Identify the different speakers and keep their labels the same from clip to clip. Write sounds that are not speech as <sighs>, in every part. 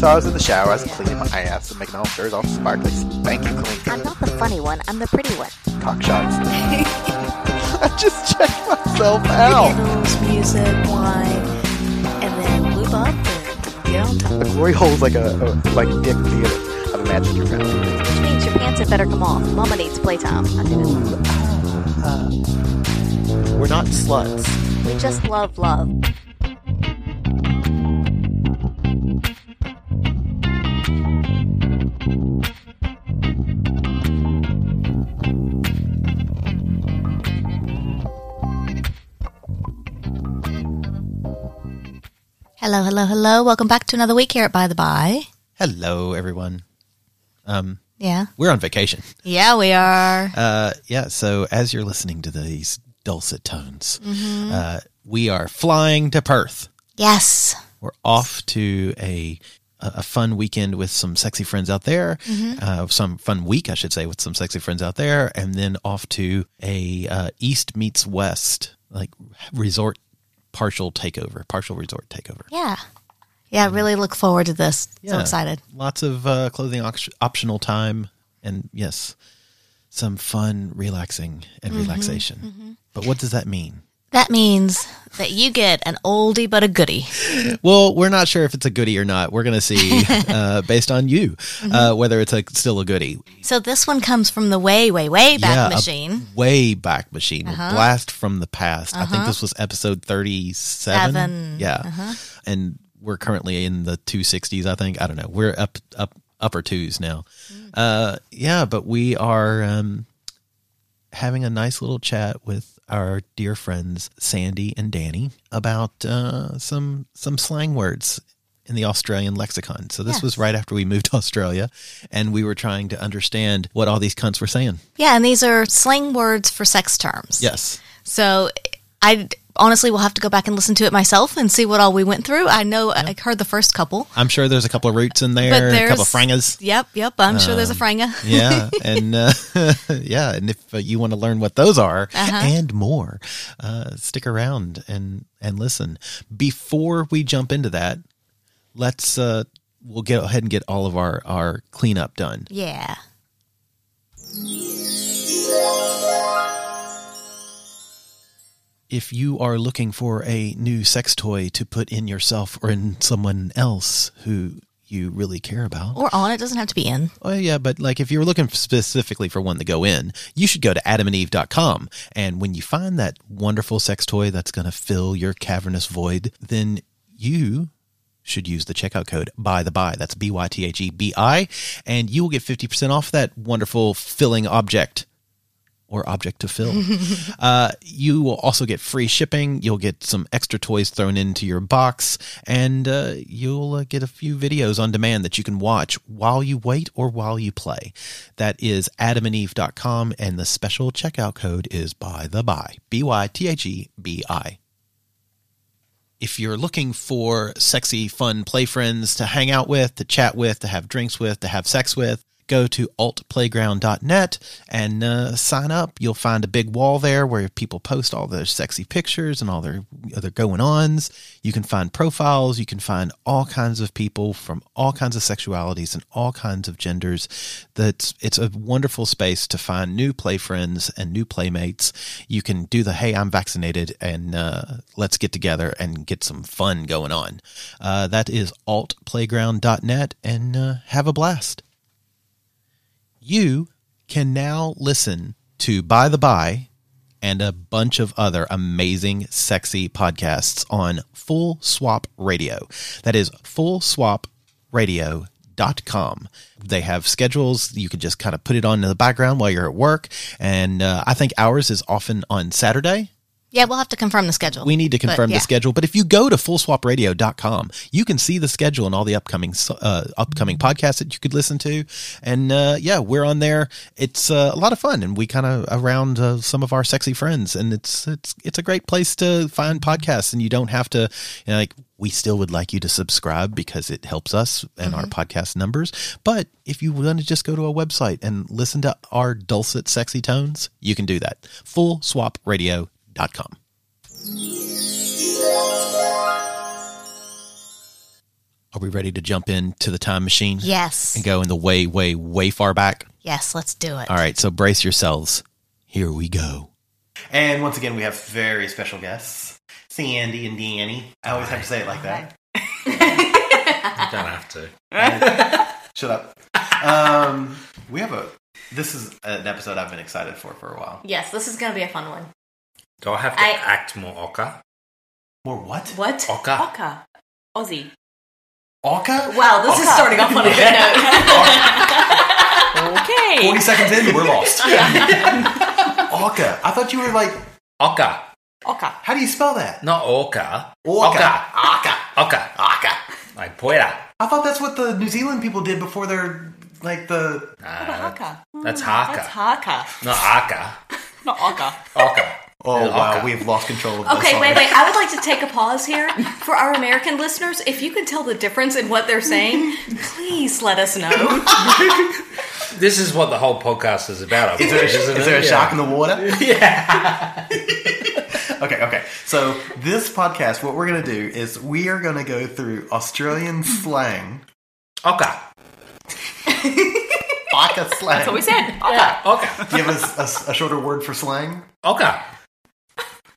Speaker 1: So I was in the shower, I was cleaning my ass and making all sure all sparkly, spanky clean
Speaker 2: I'm not the funny one, I'm the pretty one.
Speaker 1: cock shots. <laughs> I just checked myself out.
Speaker 3: Candles, music, wine, and then loop up and get on top.
Speaker 1: The glory hole is like a, a like dick theater. I've imagined your friends.
Speaker 2: Which means your pants had better come off. Mama needs playtime. I did it.
Speaker 4: ah, We're not sluts.
Speaker 2: We just love love.
Speaker 3: Hello, hello, hello. Welcome back to another week here at By the By.
Speaker 4: Hello, everyone.
Speaker 3: Yeah.
Speaker 4: We're on vacation.
Speaker 3: Yeah, we are.
Speaker 4: Uh, yeah. So as you're listening to these dulcet tones, uh, we are flying to Perth.
Speaker 3: yes.
Speaker 4: We're off to a a a fun weekend with some sexy friends out there. Uh, some fun week, I should say, with some sexy friends out there, and then off to a uh, East meets West like resort partial takeover, partial resort takeover.
Speaker 3: Yeah. Yeah, I really look forward to this. So
Speaker 4: Yeah.
Speaker 3: excited.
Speaker 4: Lots of uh, clothing opt- optional time, and yes, some fun relaxing and
Speaker 3: Mm-hmm,
Speaker 4: relaxation. But what does that mean?
Speaker 3: That means that you get an oldie but a goodie.
Speaker 4: Well, we're not sure if it's a goodie or not. We're going
Speaker 3: <laughs>
Speaker 4: to see, uh, based on you,
Speaker 3: Mm-hmm.
Speaker 4: uh, whether it's a, still a goodie.
Speaker 3: So this one comes from the way, way, way back
Speaker 4: Yeah, a
Speaker 3: machine. Uh-huh.
Speaker 4: way back machine, a blast from the past. I think this was episode thirty-seven.
Speaker 3: Seven. Uh-huh.
Speaker 4: Yeah, and we're currently in the two sixties. I think I don't know. We're up up upper twos now.
Speaker 3: Mm.
Speaker 4: Uh, yeah, but we are um, having a nice little chat with our dear friends Sandy and Danny about uh, some some slang words in the Australian lexicon. So this was right after we moved to Australia and we were trying to understand what all these cunts were saying.
Speaker 3: Yeah, and these are slang words for sex terms.
Speaker 4: Yes.
Speaker 3: So I honestly will have to go back and listen to it myself and see what all we went through. I know I heard the first couple.
Speaker 4: I'm sure there's a couple of roots in there,
Speaker 3: But
Speaker 4: and a couple of
Speaker 3: there's- <laughs>
Speaker 4: frangas.
Speaker 3: Yep, yep. I'm sure
Speaker 4: Um,
Speaker 3: there's a franga.
Speaker 4: Yeah, and uh, <laughs> yeah, and if uh, you want to learn what those are
Speaker 3: Uh-huh.
Speaker 4: and more, uh, stick around and and listen. Before we jump into that, let's uh, we'll go ahead and get all of our our cleanup done.
Speaker 3: Yeah.
Speaker 4: If you are looking for a new sex toy to put in yourself or in someone else who you really care about,
Speaker 3: Or on. It doesn't have to be in.
Speaker 4: Oh yeah, but like if you're looking specifically for one to go in, you should go to adamandeve.com and when you find that wonderful sex toy that's going to fill your cavernous void, then you should use the checkout code by the by. That's B Y T H E B I and you will get 50% off that wonderful filling object or object to fill. Uh, you will also get free shipping. You'll get some extra toys thrown into your box, and uh, you'll uh, get a few videos on demand that you can watch while you wait or while you play. That is adamandeve.com, and the special checkout code is by the by. B Y T H E B I. If you're looking for sexy, fun play friends to hang out with, to chat with, to have drinks with, to have sex with, go to altplayground.net and uh, sign up. You'll find a big wall there where people post all their sexy pictures and all their other going ons. You can find profiles. You can find all kinds of people from all kinds of sexualities and all kinds of genders. That's it's a wonderful space to find new play friends and new playmates. You can do the hey, I'm vaccinated and uh, let's get together and get some fun going on. Uh, that is altplayground.net and uh, have a blast. You can now listen to By the By and a bunch of other amazing, sexy podcasts on Full Swap Radio. That is fullswapradio.com. They have schedules. You can just kind of put it on in the background while you're at work. And uh, I think ours is often on Saturday.
Speaker 3: Yeah, we'll have to confirm the schedule.
Speaker 4: We need to confirm
Speaker 3: yeah.
Speaker 4: the schedule. But if you go to fullswapradio.com, you can see the schedule and all the upcoming uh, upcoming
Speaker 3: Mm-hmm.
Speaker 4: podcasts that you could listen to. And uh, yeah, we're on there. It's uh, a lot of fun, and we kind of around uh, some of our sexy friends, and it's it's it's a great place to find podcasts, and you don't have to you know, like. We still would like you to subscribe because it helps us and our
Speaker 3: Mm-hmm.
Speaker 4: podcast numbers. But if you want to just go to a website and listen to our dulcet, sexy tones, you can do that. Fullswapradio.com. Are we ready to jump into the time machine?
Speaker 3: Yes.
Speaker 4: And go in the way, way, way far back?
Speaker 3: Yes, let's do it.
Speaker 4: All right, so brace yourselves. Here we go.
Speaker 5: And once again, we have very special guests, Sandy and Danny. I always have to say it like that.
Speaker 6: You don't have to.
Speaker 5: <laughs> Shut up. Um, we have a. This is an episode I've been excited for for a while.
Speaker 7: Yes, this is going to be a fun one.
Speaker 6: Do I have to
Speaker 7: I-
Speaker 6: act more oka?
Speaker 5: More what?
Speaker 7: What?
Speaker 6: Oka.
Speaker 7: Oka. Aussie.
Speaker 5: Orca?
Speaker 7: Wow, this is starting off on a <laughs> good note. okay.
Speaker 5: 40 seconds in, we're lost. Orca. I thought you were like,
Speaker 6: Oka,
Speaker 7: Oka.
Speaker 5: how do you spell that?
Speaker 6: not orca.
Speaker 5: Orca.
Speaker 6: Oka. Oka. Oka. Like poeta.
Speaker 5: I thought that's what the New Zealand people did before their, like the,
Speaker 6: Nah,
Speaker 7: What about Haka? Mm, That's
Speaker 6: That's haka.
Speaker 7: Haka.
Speaker 6: Not aka.
Speaker 7: Not Oka.
Speaker 6: Oka.
Speaker 5: oh
Speaker 6: Orca.
Speaker 5: wow, we have lost control of this.
Speaker 7: Okay, wait,
Speaker 5: already.
Speaker 7: wait. I would like to take a pause here. For our American listeners, if you can tell the difference in what they're saying, please let us know.
Speaker 6: This is what the whole podcast is about. I
Speaker 5: Is there,
Speaker 6: believe, isn't
Speaker 5: is there a
Speaker 6: it?
Speaker 5: shock in
Speaker 6: Yeah.
Speaker 5: the water? Yeah. okay, okay. So this podcast, what we're going to do is we are going to go through Australian slang,
Speaker 6: Oka.
Speaker 5: Baka slang.
Speaker 7: That's what we said. Oka.
Speaker 6: Oka.
Speaker 5: Give us a s- a, shorter word for slang.
Speaker 6: Oka.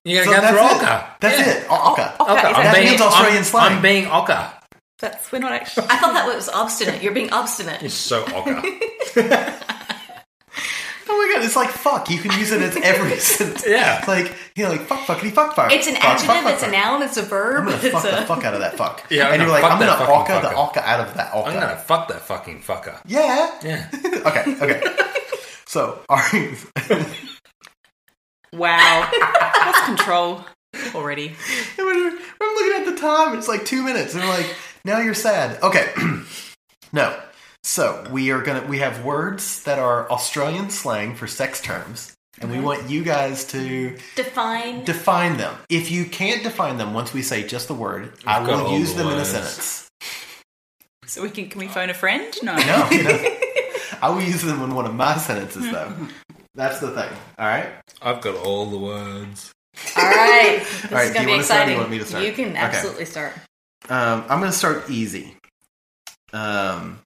Speaker 6: You're
Speaker 5: So
Speaker 6: gonna go
Speaker 5: that's
Speaker 6: through
Speaker 5: it.
Speaker 6: oka.
Speaker 5: That's it. Oh O- Oka.
Speaker 7: Oka.
Speaker 6: Oka.
Speaker 7: Is
Speaker 6: I'm
Speaker 5: that-
Speaker 6: being
Speaker 5: means Australian
Speaker 6: I'm,
Speaker 5: slang.
Speaker 6: I'm being oka.
Speaker 7: That's we're not actually. I thought that was obstinate. You're being obstinate.
Speaker 6: It's so
Speaker 5: <laughs>
Speaker 6: oka.
Speaker 5: Oh my god, it's like fuck. You can use it as every <laughs> sentence.
Speaker 6: Yeah.
Speaker 5: It's like, you know, like fuck, fuckity, fuck, fuck.
Speaker 7: It's an
Speaker 5: fuck, fuck,
Speaker 7: adjective.
Speaker 5: fuck,
Speaker 7: It's a
Speaker 5: fuck.
Speaker 7: noun. It's a
Speaker 5: I'm
Speaker 7: verb.
Speaker 5: gonna
Speaker 7: It's
Speaker 5: fuck the
Speaker 7: a.
Speaker 5: fuck out of that fuck.
Speaker 6: Yeah, I'm
Speaker 5: and you're
Speaker 6: gonna
Speaker 5: like, I'm
Speaker 6: fuck that
Speaker 5: gonna
Speaker 6: fucking
Speaker 5: Oka the
Speaker 6: fucker.
Speaker 5: Oka out of that Oka.
Speaker 6: I'm gonna fuck that fucking fucker.
Speaker 5: Yeah.
Speaker 6: Yeah.
Speaker 5: okay, okay. So, our,
Speaker 7: <laughs> Wow. That's control already.
Speaker 5: And we're- I'm looking at the time. It's like two minutes, and we're like, now you're sad. Okay, <clears throat> no. So we are gonna we have words that are Australian slang for sex terms, and
Speaker 7: Mm-hmm.
Speaker 5: we want you guys to
Speaker 7: Define.
Speaker 5: define them. If you can't define them, once we say just the word, I
Speaker 6: I've got
Speaker 5: will
Speaker 6: all
Speaker 5: use
Speaker 6: the
Speaker 5: them in a
Speaker 6: words.
Speaker 5: sentence.
Speaker 8: So we can can we phone a friend? No. <laughs>
Speaker 5: No, no. I will use them in one of my sentences though. That's the thing. All right.
Speaker 6: I've got all the words.
Speaker 7: All right. This
Speaker 5: All right,
Speaker 7: is
Speaker 5: do
Speaker 7: going to be
Speaker 5: you wanna start or
Speaker 7: exciting.
Speaker 5: do you want me to start?
Speaker 7: You can
Speaker 5: Okay.
Speaker 7: absolutely start.
Speaker 5: Um, I'm going to start easy. Um,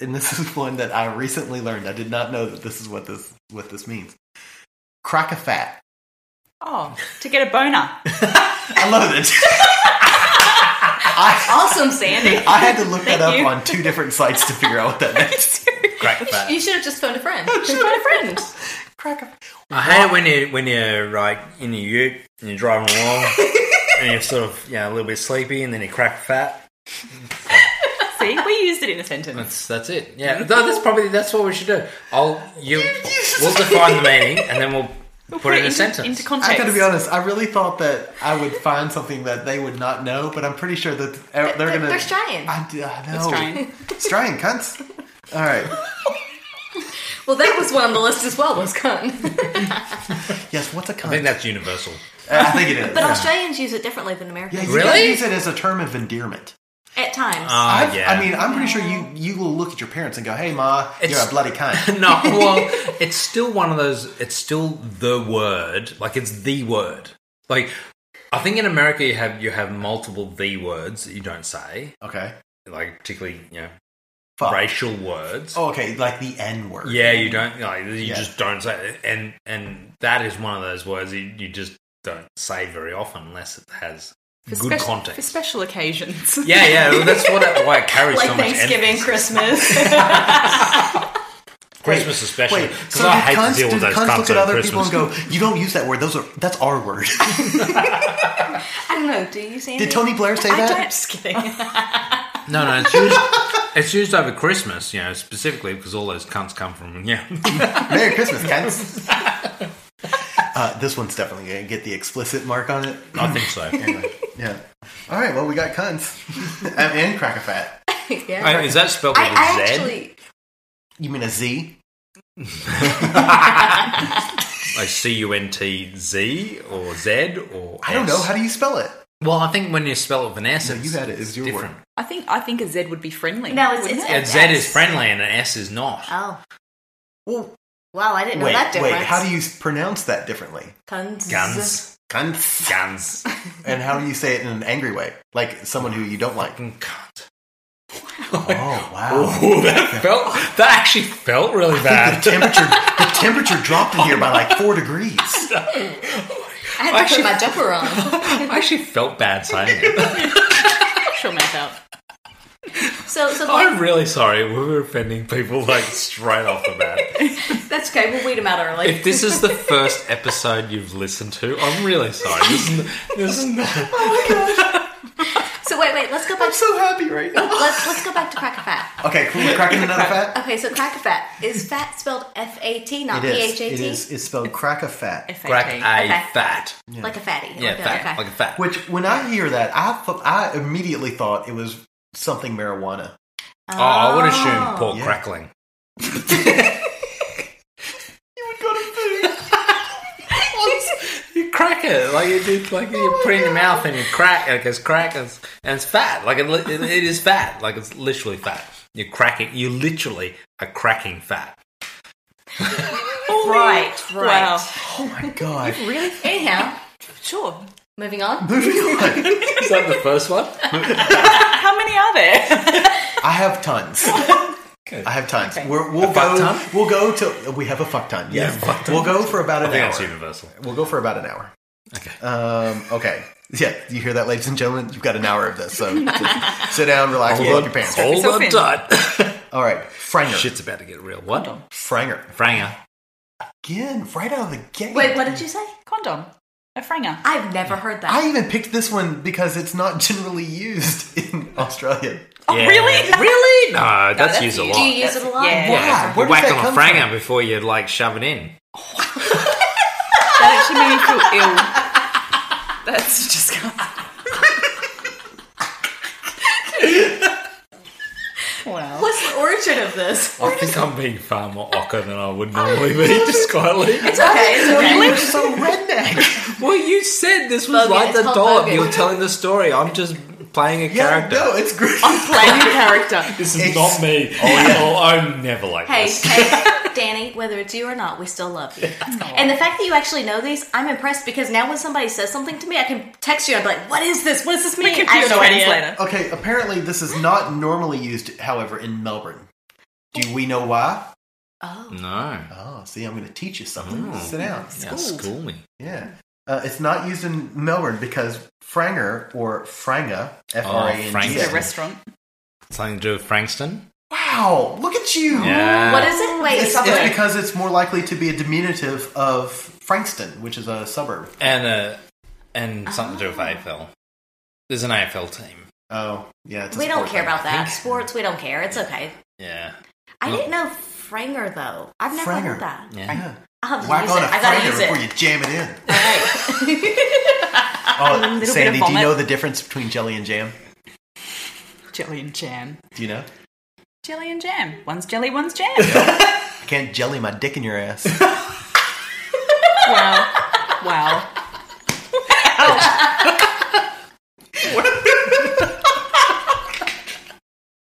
Speaker 5: and this <laughs> is one that I recently learned. I did not know that this is what this what this means. Crack a fat.
Speaker 8: Oh, to get a
Speaker 5: <laughs>
Speaker 8: boner. <laughs>
Speaker 5: I love it. I,
Speaker 7: Awesome, Sandy.
Speaker 5: I had to look that
Speaker 8: Thank
Speaker 5: up
Speaker 8: you.
Speaker 5: on two different sites to figure out what that meant.
Speaker 6: Crack that.
Speaker 7: You should have just phoned a friend. Just phone a friend.
Speaker 5: Crack a.
Speaker 6: I hate it when you when you're like in your ute and you're driving <laughs> along and you're sort of yeah a little bit sleepy and then you crack fat.
Speaker 8: See, we used it in a sentence.
Speaker 6: That's that's it. Yeah, no, that's probably that's what we should do. I'll Mm-hmm. you <laughs> we'll define the meaning and then we'll, put, it in a
Speaker 8: into,
Speaker 6: sentence.
Speaker 8: Into
Speaker 5: I
Speaker 8: context.
Speaker 5: gotta be honest. I really thought that I would find something that they would not know, but I'm pretty sure that they're, they're gonna.
Speaker 7: They're Australian.
Speaker 5: I, d- I know.
Speaker 8: Australian.
Speaker 5: Australian cunts. All right.
Speaker 7: Well, that was one on the list as well, was cunt.
Speaker 5: Yes. What's a cunt?
Speaker 6: I think that's universal.
Speaker 5: I think it is.
Speaker 7: But Australians use it differently than
Speaker 5: Yeah,
Speaker 7: Americans.
Speaker 5: you
Speaker 6: Really?
Speaker 5: really? use it as a term of endearment.
Speaker 7: At times.
Speaker 6: Ah,
Speaker 5: I've-
Speaker 6: yeah.
Speaker 5: I mean, I'm pretty sure you you will look at your parents and go, "Hey, ma, you're
Speaker 6: It's-
Speaker 5: a bloody
Speaker 6: <laughs>
Speaker 5: cunt."
Speaker 6: no, well, <laughs> it's still one of those. It's still the word. Like it's the word. Like I think in America you have you have multiple the words that you don't say.
Speaker 5: Okay.
Speaker 6: Like particularly you know
Speaker 5: Fuck.
Speaker 6: racial words.
Speaker 5: Oh, okay, like the N word.
Speaker 6: Yeah, you don't. Like, you
Speaker 5: Yeah.
Speaker 6: just don't say, and and that is one of those words you, you just don't say very often unless it has good
Speaker 8: special, For
Speaker 6: context.
Speaker 8: special occasions.
Speaker 6: Yeah, yeah, well, that's what it, why it
Speaker 8: <laughs>
Speaker 6: carries
Speaker 7: like
Speaker 6: so much.
Speaker 7: Thanksgiving,
Speaker 6: emphasis.
Speaker 7: Christmas.
Speaker 5: <laughs>
Speaker 6: Christmas especially,
Speaker 5: Wait,
Speaker 6: because
Speaker 5: so
Speaker 6: I
Speaker 5: do
Speaker 6: hate
Speaker 5: cunts,
Speaker 6: to deal
Speaker 5: do
Speaker 6: with those
Speaker 5: cunts
Speaker 6: cunts
Speaker 5: look at
Speaker 6: over
Speaker 5: other people
Speaker 6: Christmas.
Speaker 5: and go, "You don't use that word. Those are that's our word."
Speaker 7: I don't know. Do you, Sandy?
Speaker 5: Did
Speaker 8: <laughs>
Speaker 5: Tony Blair say
Speaker 7: I
Speaker 5: that?
Speaker 7: don't. Just kidding.
Speaker 6: No, no, it's <laughs> used, it's used over Christmas, you know, <laughs> specifically because all those cunts come from yeah.
Speaker 5: <laughs> Merry Christmas, cunts. Uh, this one's definitely going to get the explicit mark on it.
Speaker 6: I think so.
Speaker 5: Anyway, yeah. All right. Well, we got cunts <laughs> and, and crack a fat.
Speaker 7: yeah.
Speaker 6: Uh, Is that spelled with
Speaker 7: I,
Speaker 6: a Z?
Speaker 7: I actually
Speaker 5: You mean a Z?
Speaker 6: Like C U N T Z or Z or
Speaker 5: I don't know. How do you spell it?
Speaker 6: well, I think when you spell it with an S,
Speaker 5: No,
Speaker 6: it's,
Speaker 5: you had it. It's your
Speaker 6: different.
Speaker 5: word.
Speaker 8: I think I think a Z would be friendly.
Speaker 7: No, it's-
Speaker 8: wouldn't
Speaker 7: it's-
Speaker 8: it?
Speaker 6: And
Speaker 7: An
Speaker 6: Z
Speaker 7: S.
Speaker 6: is friendly and an S is not.
Speaker 7: Oh
Speaker 5: Well,
Speaker 7: wow, I didn't
Speaker 5: wait,
Speaker 7: know that
Speaker 5: wait.
Speaker 7: difference.
Speaker 5: How do you pronounce that differently?
Speaker 7: Guns.
Speaker 6: Guns,
Speaker 7: <laughs>
Speaker 5: Cunts.
Speaker 6: guns,
Speaker 5: And how do you say it in an angry way? Like someone who you don't like.
Speaker 6: fucking cunt.
Speaker 5: Oh <laughs> wow.
Speaker 6: Oh,
Speaker 7: <laughs>
Speaker 6: that felt that actually felt really
Speaker 5: The
Speaker 6: bad.
Speaker 5: temperature the temperature dropped in here by like four degrees.
Speaker 7: I had to
Speaker 6: Actually-
Speaker 7: put my jumper <laughs> on.
Speaker 6: I actually felt bad saying it. <laughs>
Speaker 8: She'll make up.
Speaker 7: So,
Speaker 5: Oh.
Speaker 7: so
Speaker 6: I'm really sorry. We were offending people like straight off the bat.
Speaker 7: that's okay. We'll weed them out early.
Speaker 6: If this is the first episode you've listened to, I'm really sorry. This is, this is
Speaker 7: <laughs>
Speaker 6: not.
Speaker 7: Oh, So wait, wait. Let's go back.
Speaker 5: I'm so happy right now.
Speaker 7: let's let's go back to crack a fat.
Speaker 5: Okay, cool. We're
Speaker 7: <laughs>
Speaker 5: cracking another fat.
Speaker 7: Okay, so crack a fat is fat spelled F A T, not
Speaker 5: It
Speaker 7: Uh, P
Speaker 5: is.
Speaker 7: H A
Speaker 5: It is.
Speaker 7: T,
Speaker 5: It's spelled crack a fat.
Speaker 6: Crack
Speaker 8: Okay.
Speaker 6: a
Speaker 7: Okay.
Speaker 6: fat.
Speaker 7: like a fatty.
Speaker 6: Yeah,
Speaker 7: like a-
Speaker 6: fat.
Speaker 7: okay.
Speaker 6: Like a fat.
Speaker 5: Which, when I hear that, I th- I immediately thought it was something marijuana.
Speaker 6: Oh, I would assume
Speaker 7: Oh.
Speaker 6: pork
Speaker 5: Yeah.
Speaker 6: <laughs> crackling. <laughs> You crack it like you do, like you put it in your mouth and you crack, and it goes crack, and it's, and it's fat. Like it, li- it, it is fat. Like it's literally fat. You're cracking. You literally are cracking fat.
Speaker 8: Right, right.
Speaker 7: Wow.
Speaker 5: Oh my god!
Speaker 7: really? Anyhow,
Speaker 8: Sure.
Speaker 7: moving on.
Speaker 5: Moving on.
Speaker 6: Is that the first <laughs> one?
Speaker 8: How many
Speaker 5: <laughs>
Speaker 8: are there?
Speaker 5: I have tons. I have tons. We're, we'll
Speaker 6: A fuck
Speaker 5: go.
Speaker 6: ton?
Speaker 5: We'll go to. We have a fuck ton. Yes.
Speaker 6: Yeah, fuck ton.
Speaker 5: We'll go for about
Speaker 6: I
Speaker 5: an
Speaker 6: think
Speaker 5: hour.
Speaker 6: that's universal.
Speaker 5: We'll go for about an hour.
Speaker 6: Okay.
Speaker 5: Um, okay. Yeah, you hear that, ladies and gentlemen? You've got an hour of this,
Speaker 7: <laughs>
Speaker 5: so just sit down, relax, and look your pants.
Speaker 6: Hold
Speaker 8: yourself
Speaker 6: on
Speaker 8: in.
Speaker 6: tight.
Speaker 5: All right, Franger.
Speaker 6: Shit's about to get real. What?
Speaker 8: Condom.
Speaker 5: Franger.
Speaker 6: Franger.
Speaker 5: Again, right out of the gate.
Speaker 7: Wait, what did you say?
Speaker 8: Condom. A franger.
Speaker 7: I've never heard that.
Speaker 5: I even picked this one because it's not generally used in Australia.
Speaker 8: Oh, really?
Speaker 6: Really? No, that's
Speaker 8: that's
Speaker 6: used a
Speaker 8: huge.
Speaker 6: lot.
Speaker 7: Do you use it a lot?
Speaker 8: Yeah.
Speaker 5: Wow, where does
Speaker 6: Whack
Speaker 5: that
Speaker 6: on
Speaker 5: come
Speaker 6: a
Speaker 5: from?
Speaker 6: franger before you like shove it in.
Speaker 8: That actually made me feel ill. That's disgusting. wow.
Speaker 7: What's the origin of this?
Speaker 6: I think I'm being far more awkward than I would normally be, <laughs> just quietly.
Speaker 7: It's okay. It's okay.
Speaker 5: You're so redneck.
Speaker 6: Well, you said this was
Speaker 7: Bogan,
Speaker 6: like
Speaker 7: it's
Speaker 6: the
Speaker 7: called
Speaker 6: dollop.
Speaker 7: Bogan.
Speaker 6: You're telling the story. I'm just playing a
Speaker 5: Yeah,
Speaker 6: character.
Speaker 5: no, it's great.
Speaker 8: Playing a character.
Speaker 7: <laughs>
Speaker 6: this
Speaker 5: it's-
Speaker 6: is not me. Oh, I'm never like
Speaker 7: Hey,
Speaker 6: this. <laughs>
Speaker 7: hey, Danny, whether it's you or not, we still love you. And the fact that you actually know these, I'm impressed because now when somebody says something to me, I can text you and be like, what is this? What does this mean? I have no idea.
Speaker 5: <laughs> Okay, apparently this is not normally used, however, in Melbourne. Do we know why?
Speaker 7: Oh.
Speaker 6: No. Oh.
Speaker 5: Oh, see, I'm going to teach you something. Sit down.
Speaker 6: Yeah, school me.
Speaker 5: Yeah. Uh, it's not used in Melbourne because Franger or Franga, F R A N G
Speaker 6: Oh, Franger.
Speaker 8: It's a
Speaker 5: A.
Speaker 8: restaurant.
Speaker 6: Something to do with Frankston?
Speaker 5: Wow, look at you.
Speaker 6: Yeah.
Speaker 7: What is it? Wait,
Speaker 5: It's,
Speaker 7: stop
Speaker 5: it's
Speaker 7: it.
Speaker 5: because it's more likely to be a diminutive of Frankston, which is a suburb.
Speaker 6: and uh, and something to do with AFL. There's an AFL team.
Speaker 5: Oh, yeah. It's
Speaker 7: <laughs>
Speaker 5: a
Speaker 7: We don't
Speaker 5: sport
Speaker 7: care
Speaker 5: thing.
Speaker 7: about that. Sports, we don't care. It's okay.
Speaker 6: Yeah.
Speaker 7: I didn't know Franger, though. I've never
Speaker 5: Franger.
Speaker 7: heard that.
Speaker 6: Yeah.
Speaker 5: Yeah.
Speaker 7: I'll have to
Speaker 5: Whack
Speaker 7: use
Speaker 5: on
Speaker 7: it.
Speaker 5: a
Speaker 7: I gotta
Speaker 5: Franger
Speaker 7: use it.
Speaker 5: before you jam it in.
Speaker 7: <laughs> All right.
Speaker 5: Oh,
Speaker 8: bit of
Speaker 5: Sandy, do you
Speaker 8: vomit.
Speaker 5: know the difference between jelly and jam?
Speaker 8: <laughs> Jelly and jam.
Speaker 5: Do you know?
Speaker 8: Jelly and jam. One's jelly, one's jam.
Speaker 7: <laughs>
Speaker 5: I can't jelly my dick in your ass.
Speaker 8: wow. Wow.